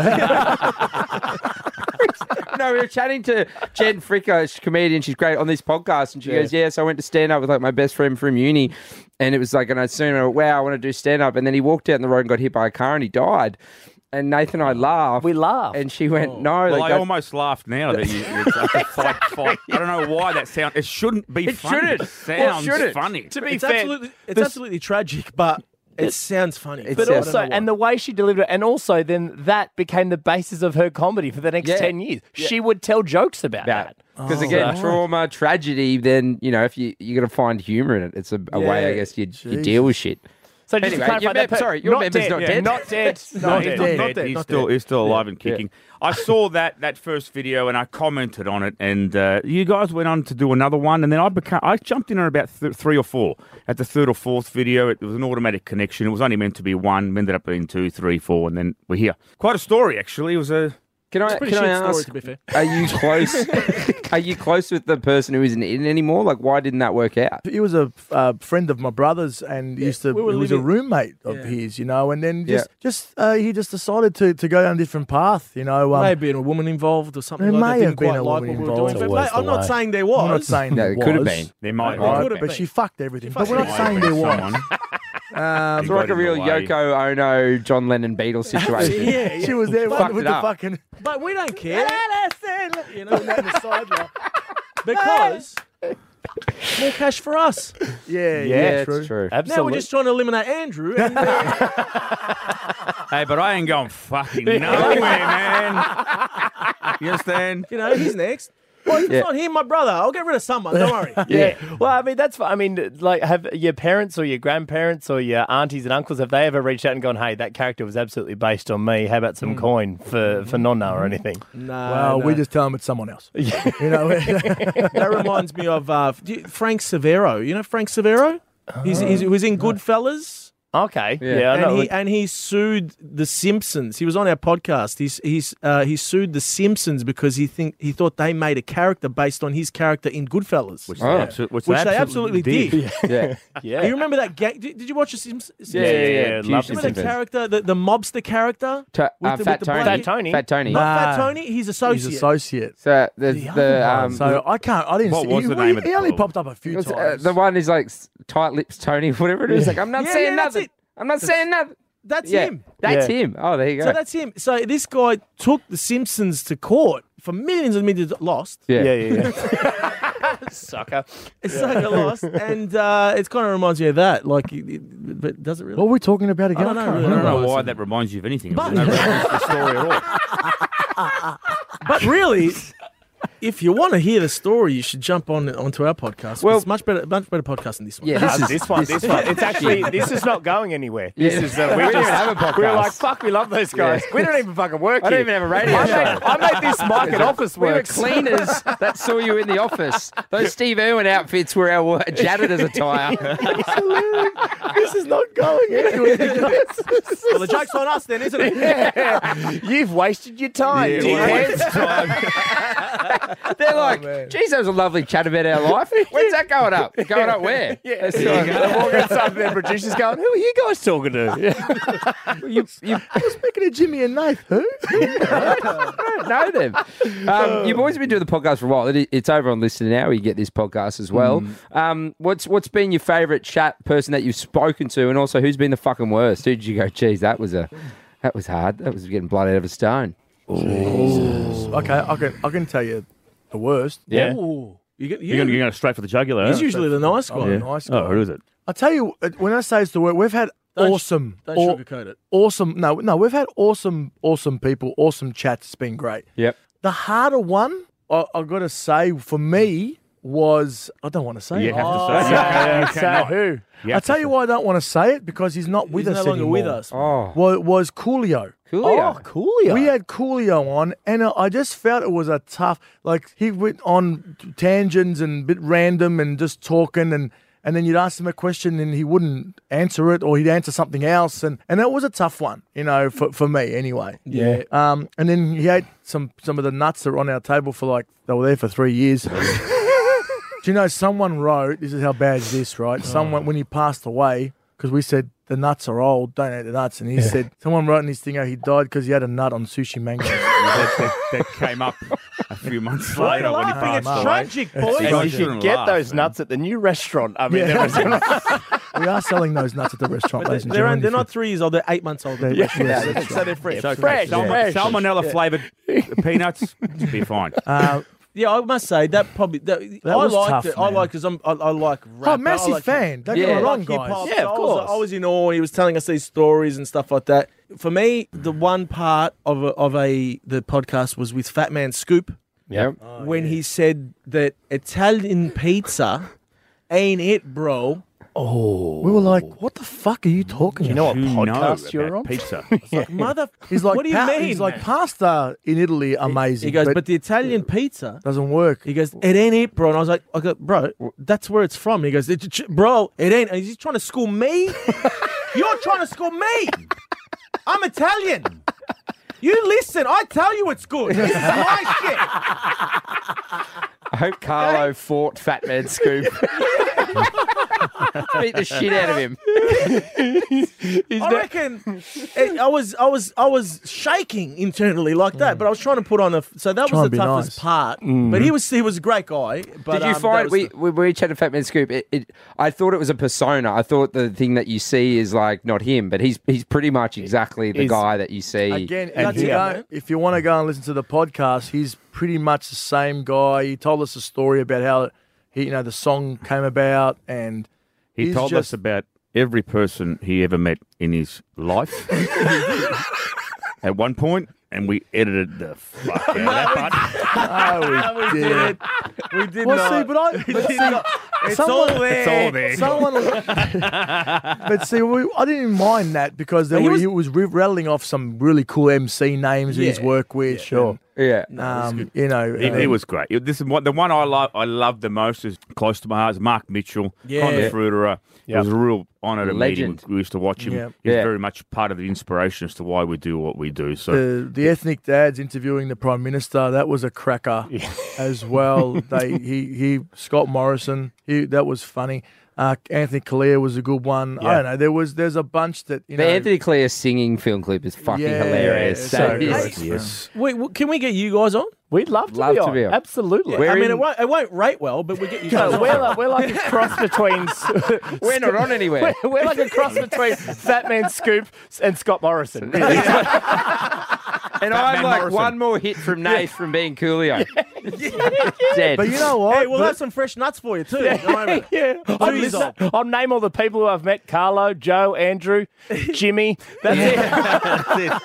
No, we were chatting to Jen Fricko, she's a comedian. She's great on this podcast, and she goes, "Yeah, so I went to stand up with like my best friend from uni, and it was like, and I seen her, wow, I want to do stand up, and then he walked out in the road and got hit by a car and he died." And Nathan and I laughed. We laughed. and she went, "No, well, they I got- almost laughed now that you. It's like a fight, fight. I don't know why that sound. It shouldn't be. It funny. shouldn't. It sounds Well, it shouldn't. funny. to be It's fair, absolutely, it's absolutely tragic, but it sounds funny. But Yeah. also, and the way she delivered it, and also then that became the basis of her comedy for the next Yeah. 10 years. She would tell jokes about that. Because Oh. again, trauma, tragedy. Then you know, if you you're gonna find humor in it, it's a, a way, I Yeah, guess, you, you deal with shit. So just Anyway, to clarify, your that mem- sorry, your not member's dead, [laughs] not yeah, dead. Not dead. no, Not he's dead. not dead. he's still he's still alive and kicking. I saw that that first video and I commented on it, and uh, you guys went on to do another one, and then I became I jumped in on about th- three or four at the third or fourth video. It was an automatic connection. It was only meant to be one, ended up being two, three, four, and then we're here. Quite a story, actually. It was a Can I pretty can I shit story, ask? to be fair. Are you close? are you close with the person who isn't in anymore? Like, why didn't that work out? he was a uh, friend of my brother's and used to we were he was a living- roommate of Yeah. his, you know, and then just Yeah. just uh, he just decided to, to go down a different path, you know. Um, Maybe a woman involved or something. There like may that. have Didn't been quite a like what woman we were involved. doing. It's But always mate, I'm not saying there was. I'm not saying No, there it could have was, been. there might right, could have have but been. she fucked everything. She But we're fucked not it. saying there [laughs] was. It's like a real Yoko Ono, John Lennon, Beatles situation. Yeah, yeah. She was there Fucked with it the up. fucking But we don't care. you know, down the [laughs] sideline. because more cash for us. Yeah, yeah, it's true. Now we're Absolutely. just trying to eliminate Andrew. And, [laughs] Hey, but I ain't going fucking nowhere, man. You understand? you know, he's next. Well, it's Yeah. not him, my brother. I'll get rid of someone. Don't [laughs] worry. Yeah. Well, I mean, that's, I mean, like, have your parents or your grandparents or your aunties and uncles, have they ever reached out and gone, hey, that character was absolutely based on me. How about Hmm. some coin for, for Nonna or anything? No, Well, no. we just tell him it's someone else. You [laughs] know, that reminds me of uh, do you- Frank Severo. You know Frank Severo? He's, Uh-huh. he's, he was in Goodfellas. Okay. Yeah. Yeah. I know. and he and he sued the Simpsons. He was on our podcast. He's he's uh, he sued the Simpsons because he think he thought they made a character based on his character in Goodfellas, which, Which, they, absolutely, which, they absolutely did. Yeah. You remember that game? Did, did you watch the Simps- Simpsons? Yeah, yeah, yeah. [laughs] yeah, love Huge Remember difference. the character, the, the mobster character? To- uh, With the- Fat, with the Tony. bloody- Fat Tony. Fat Tony. Not Fat Nah. Tony, he's he's associate. associate. So there's The the, other one, um, so I can't. I didn't. What see, was he, the name he, of the he only film? popped up a few it's, times. uh, the one is like s- tight lips Tony, [laughs] whatever it is. Like I'm not Yeah, saying yeah, that's nothing. it. I'm not saying nothing. That's yeah, him. That's him. Oh, there you go. So that's him. So this guy took the Simpsons to court for millions and millions lost. yeah. yeah, yeah, yeah. Sucker. It's like a loss, and uh, it kind of reminds me of that. Like, it, it, but does it really? what are we talking about again? don't know, can't really. I don't remember. know why that reminds you of anything. It was But- no reference to the story at all. But really, if you want to hear the story, you should jump on onto our podcast. Well- it's much better, much better podcast than this one. [laughs] Yeah, This, Uh, this one, this one. It's actually this is not going anywhere. This Yeah. is the, we [laughs] We don't just have a podcast. We're like fuck. We love those guys. Yeah. We don't even fucking work. I don't here. even have a radio I show. make, I make [laughs] this market office We were work. cleaners that saw you in the office. [laughs] Those Steve Irwin outfits were our janitor's attire. this is not going [laughs] anywhere. Well, the joke's on us then, isn't it? You've wasted your time. Yeah, [laughs] dickheads. well, They're like, geez, that was a lovely chat about our [laughs] life. When's that going up? Going up [laughs] where? Yeah, there you go. They've all got some of their producers going, who are you guys talking to? You, you Speaking of Jimmy and Nath, who? don't know them. Um, you've always been doing the podcast for a while. It, it's over on Listen Now. You get this podcast as well. Um, what's What's been your favourite chat person that you've spoken to, and also who's been the fucking worst? Who did you go? Geez, that was a that was hard. That was getting blood out of a stone. Okay, I can I can tell you the worst. Yeah. Ooh, you get, you You're going to go straight for the jugular. he's huh? usually the nice guy. Oh, nice guy. Oh, who is it? I tell you, uh, when I say it's the worst, we've had Don't sh- awesome, Don't aw- sugarcoat it. awesome. No, no, we've had awesome, awesome people, awesome chats. It's been great. Yep. The harder one, I, I got to say, for me was I don't want to say. You it. have to say. You can- you cannot. who? You I have to tell you why I don't want to say it because he's not with He's us no longer anymore. with us. Oh, Well, it was Coolio. Coolio. Coolio. We had Coolio on, and I- I just felt it was a tough. Like he went on tangents and bit random and just talking, and and then you'd ask him a question and he wouldn't answer it, or he'd answer something else, and and it was a tough one, you know, for, for me anyway. Yeah. Um, and then he ate some some of the nuts that were on our table for like they were there for three years. Do you know someone wrote? This is how bad is this, right? Oh. Someone when he passed away because we said the nuts are old, don't eat the nuts, and he said someone wrote in his thing, oh, he died because he had a nut on [laughs] sushi mango. that, that- that came up a few months Why are you later when he laughing? It's passed away. tragic, boys. And you Guys should shouldn't get laugh, those man. nuts at the new restaurant. I mean, Yeah. there [laughs] was- [laughs] we are selling those nuts at the restaurant, ladies and They're, gentlemen. they're not three years old. They're eight months old. [laughs] Yeah. so they're fresh. It's okay. Fresh, Salmon- fresh. Salmonella flavored peanuts, be fine. [laughs] Uh, Yeah, I must say that probably that, I was liked tough, it. I man. like because I'm I, I like rap. oh, massive I like fan. Don't Yeah. get me I like wrong, hip guys. hop. Yeah, of so I was- course. I was in awe. He was telling us these stories and stuff like that. For me, the one part of a, of a the podcast was with Fat Man Scoop Yep. when he said that Italian pizza ain't it, bro. We were like, what the fuck are you talking you know what Who podcast knows you're about on? Pizza. Mother, He's [laughs] like, what do you pa- mean? He's like pasta in Italy, amazing. he goes, but, but the Italian pizza. doesn't work. He goes, it ain't it, bro. And I was like, I go, bro, that's where it's from. He goes, "It- ch- bro, it ain't. And he's trying to school [laughs] me. You're trying to school me. I'm Italian. You listen. I tell you it's good. This [laughs] is my shit. I hope Carlo fought Fat Man Scoop. [laughs] Beat the shit out of him. I reckon. it- I was, I was, I was shaking internally like Mm. that. But I was trying to put on a. f- So that Try was and the be toughest nice. part. But he was, he was a great guy. But Mm-hmm. Did you um, that find was we, the- we we chatted Fat Man Scoop? It, it, I thought it was a persona. I thought the thing that you see is like not him, but he's he's pretty much exactly the He's- guy that you see. Again, And if you, here. go, if you want to go and listen to the podcast, he's pretty much the same guy. He told us a story about how he, you know, the song came about, and He he's told just, us about every person he ever met in his life at one point, and we edited the fuck out of that part. [laughs] Oh, we did. it. we did Well, see, not. but I, but see, someone, It's all there. someone, [laughs] but see, we, I didn't mind that because there He were, was- he was re- rattling off some really cool MC names that he's Yeah, worked with. sure, yeah. um, you know, He, uh, he was great. This is what the one I love. I love the most is close to my heart. Is Mark Mitchell, Yeah. Conor Fruiterer. It was a real honour to meet him. Legend. We used to watch him. Yeah. He's Yeah. very much part of the inspiration as to why we do what we do. So the, the ethnic dads interviewing the prime minister that was a cracker as well they he he Scott Morrison he that was funny uh, Anthony Collier was a good one I don't know there was there's a bunch that you The know Anthony Clear singing film clip is fucking Yeah, hilarious. it's So so it's- good. yes, Wait, w- can we get you guys on? We'd love to, Love be, to on. be on. Absolutely. [laughs] We're I mean, in- it won't, it won't rate well, but we [laughs] get you guys No, on. we're, like, we're like a cross between. we're not on anywhere. [laughs] We're like a cross between Fat Man Scoop and Scott [laughs] Morrison. and I'm Batman like Morrison. one more hit from Nath from being Coolio. Dead. but you know what Hey, we'll But- have some fresh nuts [laughs] for you too. Don't worry about it. [laughs] Yeah, I'll, Who is listen- I'll name all the people who I've met: Carlo, Joe, Andrew, Jimmy. That's it.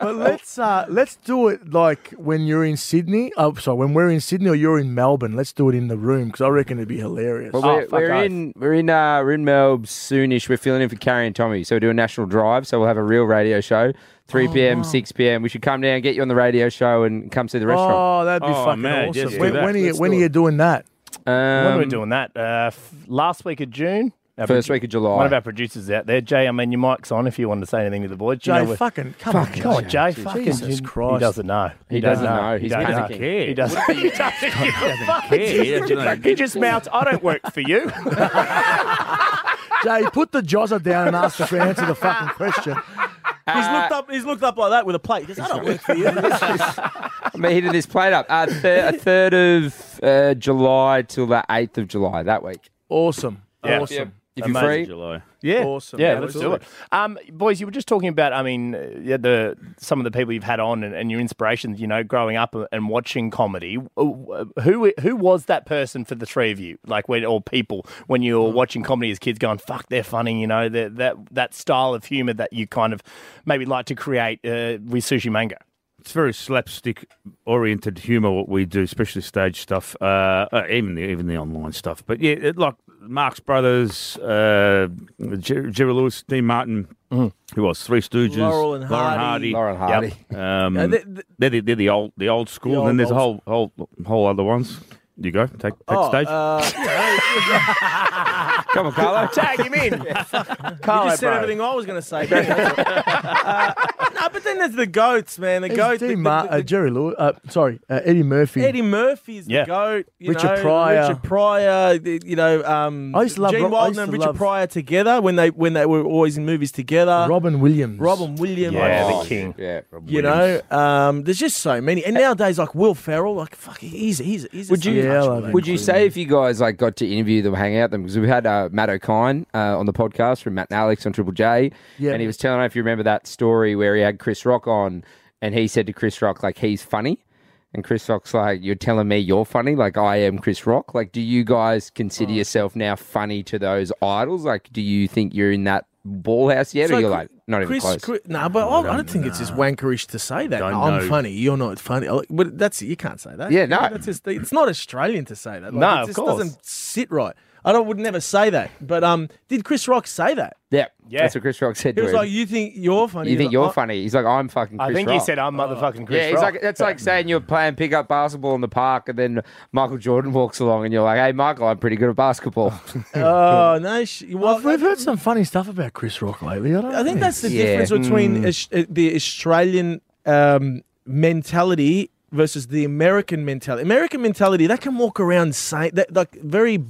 But let's uh, let's do it like when you're in Sydney. Oh, sorry, when we're in Sydney or you're in Melbourne. Let's do it in the room because I reckon it'd be hilarious. Well, we're, fuck we're off. in we're in uh, we're in Melbourne soonish. We're filling in for Carrie and Tommy, so we're doing national drive. So we'll have a real radio show, three p.m., six p.m. We should come down, get you on the radio show, and come see the restaurant. oh, that'd be Oh, fucking man, awesome. yes, do when that. when, are you, Let's when do are it. you doing that? Um, when are we doing that? Uh, f- last week of June. Our First produ- week of July. One of our producers out there, Jay. I mean, your mic's on if you want to say anything to the boys. You Jay, know, we're- fucking come on, Come on, Jay. Jay. Fucking Jesus he- He Christ. doesn't know. He, doesn't know. He He's doesn't panicking. know. He doesn't. [laughs] he doesn't give a fuck. He doesn't know. He just mouths, "I don't work for you." Jay, put the jozzer down and ask for answer the fucking question. He's looked up. He's looked up like that with a plate. He goes, I don't work for you. I'm heating this plate up. Uh, thir- a third of uh, July till the 8th of July that week. Awesome. Yeah. Awesome. If you're Amazing. free, July. Yeah, Awesome. Yeah, Yeah, let's do it. absolutely. Um, boys, you were just talking about. I mean, uh, yeah, the some of the people you've had on and, and your inspirations. You know, growing up and watching comedy. Uh, Who who was that person for the three of you? Like when or people when you were Hmm. watching comedy as kids, going "fuck, they're funny." You know, that that that style of humor that you kind of maybe like to create uh, with Sushi Mango. it's very slapstick oriented humor what we do, especially stage stuff, uh, uh, even the even the online stuff. But yeah, it, like Marx Brothers, uh, Jer- Jerry Lewis, Dean Martin, who was Three Stooges, Mm. Laurel and Lauren Hardy. Hardy. Lauren Hardy. [laughs] Um, Yeah, they- they- they're, the, they're the old the old school, The and then there's a old- whole whole whole other ones. You go take take Oh, stage. [laughs] uh, Come on, Carlo. Tag him in. you Carlo, just said bro. everything I was going to say. [laughs] but that's all. Uh, no, but then there's the goats, man. The It's goats. the- Dean the- Mar- the- uh, Jerry Lewis. Uh, sorry, uh, Eddie Murphy. Eddie Murphy's Yeah. the goat. You Richard know, Pryor. Richard Pryor. the- You know, um, I used to love Gene Ro- I Wilder used and to Richard love- Pryor together when they when they were always in movies together. Robin Williams. Robin Williams. Yeah, Oh, the king. Yeah. You know, um, there's just so many, and nowadays like Will Ferrell, like fuck, he's he's he's. Would you- Yeah, I love him. Would you say if you guys like got to interview them, hang out them? Because we had uh, Matt O'Kine uh, on the podcast from Matt and Alex on Triple J, Yeah. and he was telling if you remember that story where he had Chris Rock on, and he said to Chris Rock like he's funny, and Chris Rock's like you're telling me you're funny, like I am Chris Rock. Like, do you guys Oh. consider yourself now funny to those idols? Like, do you think you're in that ball house yet, So or you're Chri- like not even Chris, close? Chri- no, but I, I don't think it's just wankerish to say that. Don't "No, I'm know. funny. You're not funny. I- But that's it. You can't say that. Yeah, You know, no. That's just, it's not Australian to say that. Like, No, it of just course. doesn't sit right. I don't, would never say that. But um, did Chris Rock say that? yeah, Yeah. that's what Chris Rock said. He To was him. like, "You think you're funny? you He's think like, you're "Oh, funny? He's like, I'm fucking. Chris I think he Rock." Oh. said, "I'm motherfucking Chris yeah, he's Rock." like that's like saying you're playing pickup basketball in the park, and then Michael Jordan walks along, and you're like, "Hey, Michael, I'm pretty good at basketball." Oh no! Sh- well, We've heard some funny stuff about Chris Rock lately. I don't. I think that's the Yeah. difference Hmm. between Aus- uh, the Australian um, mentality versus the American mentality. American mentality, they can walk around saying that, like very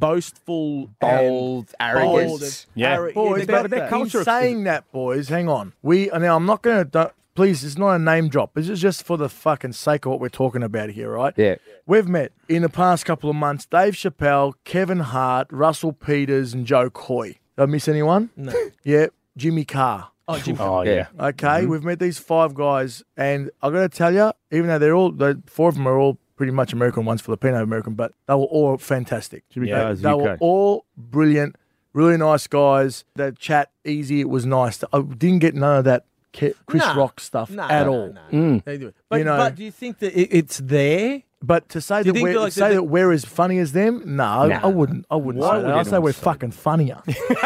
boastful, and [laughs] Bold, bold, arrogance. and Yeah. arrogant. Boys, they but got that that. in saying that, boys, hang on. We now. I'm not going to. Please, it's not a name drop. This is just for the fucking sake of what we're talking about here, right? Yeah. We've met in the past couple of months Dave Chappelle, Kevin Hart, Russell Peters, and Joe Coy. Did I miss anyone? No. [laughs] Yeah, Jimmy Carr. Oh, Jim- oh yeah. Okay, we've met these five guys, and I got to tell you, even though they're all, the four of them are all pretty much American, one's Filipino American, but they were all fantastic. Jimmy They- Carr's they were UK. all brilliant, really nice guys. They chat easy. It was nice. I didn't get none of that Ke- Chris Nah. Rock stuff Nah, at nah, all. nah, Hmm. nah. They do it. But, know- but do you think that it, it's there? But to say you that think we're that, like, say the- that we're as funny as them, no, I- I wouldn't. I wouldn't say that. I'd say we're [laughs] fucking funnier. [laughs]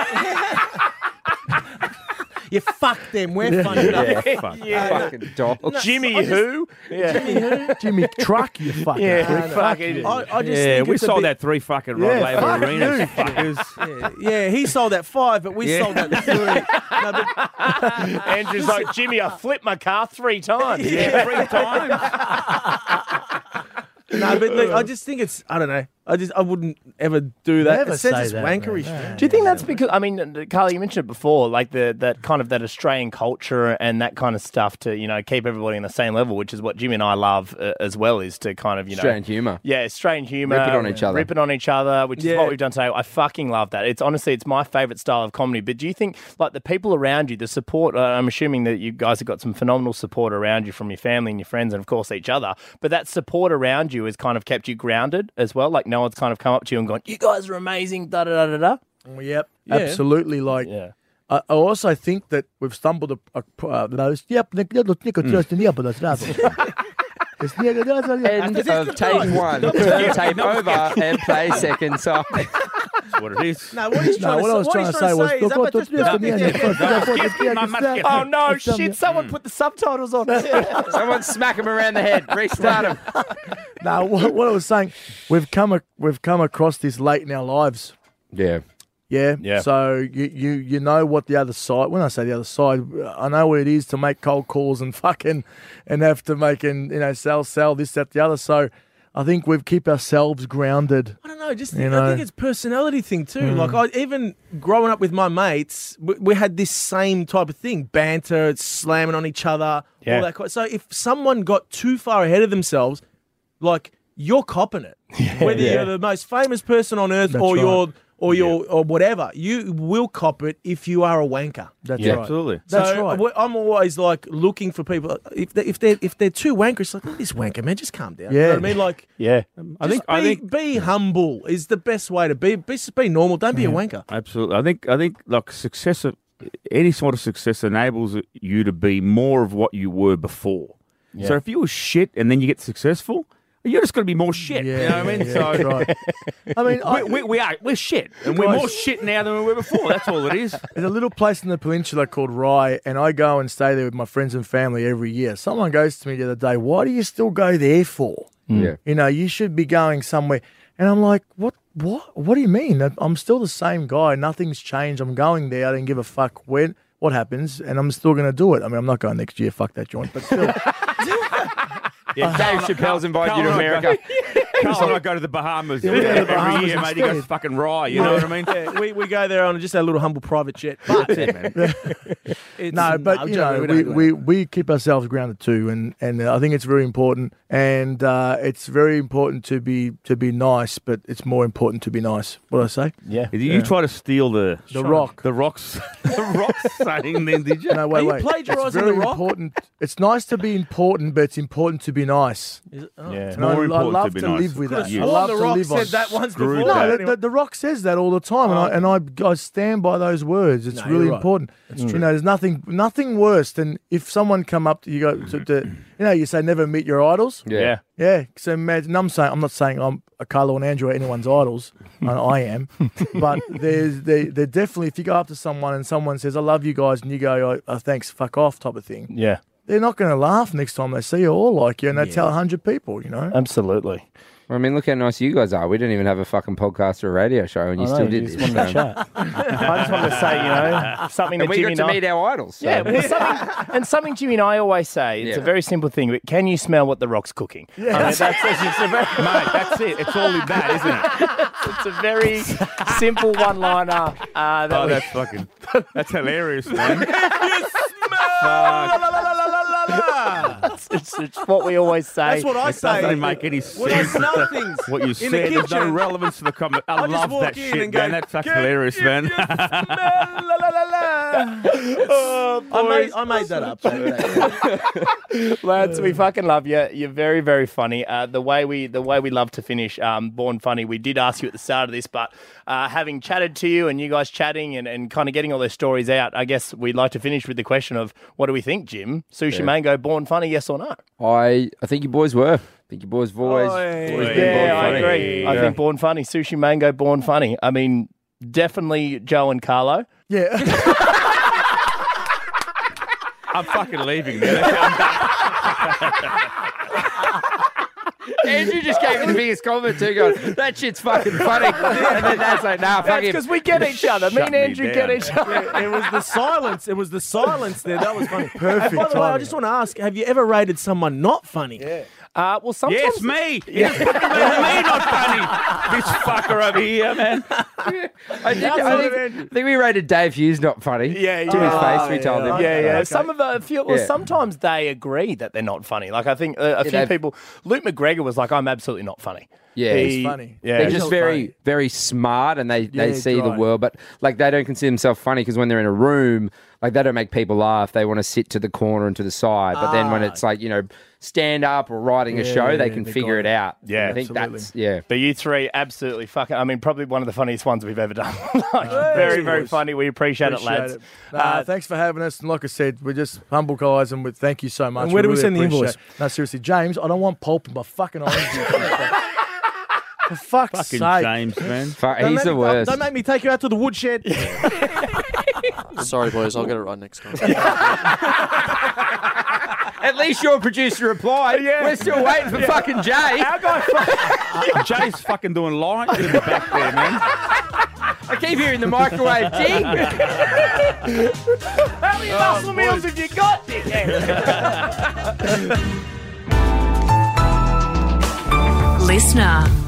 You fuck them. We're funny. enough. Fucking dog. Jimmy who? Yeah. Jimmy [laughs] Truck, you [laughs] fucking. prick. Yeah. Fuck it. [laughs] I, I just yeah, think we it's a sold bit- that three fucking right Yeah, label fuck arenas, you. fuckers. [laughs] Yeah, he sold that five, but we sold that three. [laughs] No, but Andrew's like, Jimmy, I flipped my car three times. Three times. [laughs] No, but look, I just think it's. I don't know. I just I wouldn't ever do that. Never it says say it's that, wankerish. man. man. Do you think that's because I mean, uh, Carly, you mentioned it before, like the that kind of that Australian culture and that kind of stuff to you know keep everybody on the same level, which is what Jimmy and I love uh, as well, is to kind of you know Australian humour. Yeah, Australian humour. Rip it on each other. Rip it on each other, which is Yeah. what we've done today. I fucking love that. It's honestly, it's my favourite style of comedy. But do you think, like, the people around you, the support, uh, I'm assuming that you guys have got some phenomenal support around you from your family and your friends and, of course, each other. But that support around you has kind of kept you grounded as well. Like, no one's kind of come up to you and gone, you guys are amazing, da da da da da. Yep, absolutely. Like, I, I also think that we've stumbled up. Uh, uh, those- yep, Nick- Nick- Nick- Hmm. Nick- Nick- Nick- Nick- [laughs] It's Nick- Nick- Nick- Nick- End of tape one. Turn [laughs] tape over and play second song. That's what it [laughs] is. No, what he's No, trying what I to, was what trying he's to say was, is that "Look, what look, this- yeah, look, yeah, look, yeah, look, yeah, look, yeah. look, Give me my musket. Oh, [laughs] no, It's done, yeah. shit, someone put the subtitles [laughs] on. Someone smack him around the head. Restart him. [laughs] No, what, what I was saying, we've come a, we've come across this late in our lives. Yeah. Yeah. Yeah. So you, you you know what the other side. When I say the other side, I know what it is to make cold calls and [laughs] fucking and have to make and you know sell sell this that the other. So I think we keep ourselves grounded. I don't know. Just You I know? Hmm. think it's personality thing too. Like I even growing up with my mates, we, we had this same type of thing: banter, slamming on each other, Yeah. all that. kind- So if someone got too far ahead of themselves, like you're copping [laughs] it, whether you're the most famous person on earth or right. you're or you're or whatever, you will cop it if you are a wanker. That's Yeah. right. Absolutely. That's So, right. w- I'm always like looking for people. If they if they if they're too wanker, it's like "Look at this wanker man, just calm down. You know Yeah. what I mean, like. Yeah. I think Just I be, think be humble is the best way to be. Be, just be normal. Don't be a wanker. absolutely. I think I think like success of any sort of success enables you to be more of what you were before. So if you were shit and then you get successful, you're just going to be more shit. you [laughs] know what I mean? yeah, so that's right. I mean, I, we, we, we are we're shit, and we're more shit now than we were before. That's all [laughs] it is. There's a little place in the peninsula called Rye, and I go and stay there with my friends and family every year. Someone goes to me the other day, Why do you still go there for? [laughs] Yeah. You know, you should be going somewhere. And I'm like, What? What? What do you mean? I'm- I'm still the same guy. Nothing's changed. I'm going there. I don't give a fuck when, what happens, and I'm still going to do it. I mean, I'm not going next year. Fuck that joint. But still, Yeah, Dave Chappelle's invited you to Carl and I America. Carl and I go to the Bahamas we go to the every Bahamas year, mate. He goes instead. fucking rye. You know what I mean? [laughs] Yeah, we, we go there on just our little humble private jet. But it's, no, but I'm you joking, know, don't we, do [laughs] we, we keep ourselves grounded too, and and uh, I think it's very important. And uh, it's very important to be to be nice, but it's more important to be nice. What did I say? Yeah. Did you try to steal the The Rock. the rocks, [laughs] the rocks saying? Then did you? No, [laughs] wait, Are you wait. plagiarising it's very The Rock? important. It's nice to be important, but it's important to be nice. that. Is it- oh. Yeah. And I, more I important love to be to, nice. live with Could've that. I sworn love The to Rock live on. said that once Screw before. that. No, the, the, the Rock says that all the time, and I, and I, I stand by those words. It's No, really you're right. important. You know, there's nothing nothing worse than if someone come up to you go to, to you know you say never meet your idols. Yeah. Yeah. Yeah, so imagine and I'm saying I'm not saying I'm a Carlo and Andrew are [laughs] anyone's idols. and I am, but there's they they're definitely if you go up to someone and someone says I love you guys and you go oh, thanks fuck off type of thing. Yeah. They're not going to laugh next time they see you or like you, and they tell a hundred people. You know, Absolutely. Well, I mean, look how nice you guys are. We didn't even have a fucking podcast or a radio show, and you still did this. so- I just wanted to say, you know, [laughs] something that And we Jimmy got to and I- meet our idols. so- Yeah, well, something, and something Jimmy and I always say. It's a Yeah. very simple thing, but can you smell what the rock's cooking? I mean, that's, it's just a very, Mate, that's it. It's all in that, isn't it? [laughs] it's a very simple one-liner. Uh, that Oh, we- that's fucking. That's hilarious, [laughs] man. it's, [laughs] it's, it's what we always say. That's what I say. Doesn't make any when I sense. smell things What you in said, the there's no kitchen, relevance to the comment. I, I just love walk that in shit, and go, man. That's fucking "Can hilarious, you man. just smell la, la, la, la?" I made I made that up. Lads, we fucking love you. You're very, very funny. Uh, the way we, the way we love to finish, um, born funny. We did ask you at the start of this, but uh, having chatted to you and you guys chatting and, and kind of getting all those stories out, I guess we'd like to finish with the question of what do we think, Jim? Sushi Mango, born funny, yes or no? I, I think you boys were. I think you boys boys. boys been Yeah, born I funny. agree. I Yeah. think born funny, Sushi Mango, born funny. I mean, definitely Joe and Carlo. yeah. [laughs] I'm fucking leaving, man. Andrew just gave me the biggest comment too, going, that shit's fucking funny. And then that's like, nah, fuck That's him. because we get each other. Me Shut and me Andrew get down. each other. it was the silence. It was the silence there. That was funny. Perfect By the way, I timing. just want to ask: Have you ever rated someone not funny? Uh, well, sometimes yes, me. Yes, fucking me, not funny. This fucker over here, man. I think, I, think, I think we rated Dave Hughes not funny. Yeah, To his yeah. face, we told him. Yeah, yeah. Some of the few, well, Yeah. sometimes they agree that they're not funny. Like I think uh, a few they've- people. Luke McGregor was like, "I'm absolutely not funny." Yeah, he's funny. Yeah, They're just very, very smart, and they, they Yeah, see the right. world, but like they don't consider themselves funny because when they're in a room, like they don't make people laugh. They want to sit to the corner and to the side. But then when it's like you know stand up or writing a show, they can figure it out. Yeah. I think Absolutely. that's yeah. But you three, absolutely fucking. I mean, probably one of the funniest ones we've ever done. [laughs] Like, very, very boys. funny. We appreciate, it, Appreciate lads. it. Nah, Uh, thanks for having us. And like I said, we're just humble guys, and we thank you so much. And where do we really send the appreciate- invoice? No, seriously, James, I don't want pulp in my fucking [laughs] orange. juice. for fuck's Fucking sake. James, man. Fuck, Don't he's make the me- worst. Don't make me take you out to the woodshed. [laughs] Sorry, boys. I'll get it right next time. At least your producer replied. We're still waiting for fucking Jay. Jay's fucking doing lines in the back there, man. I keep hearing the microwave ding. How many muscle meals have Um, you got, dickhead? Listener.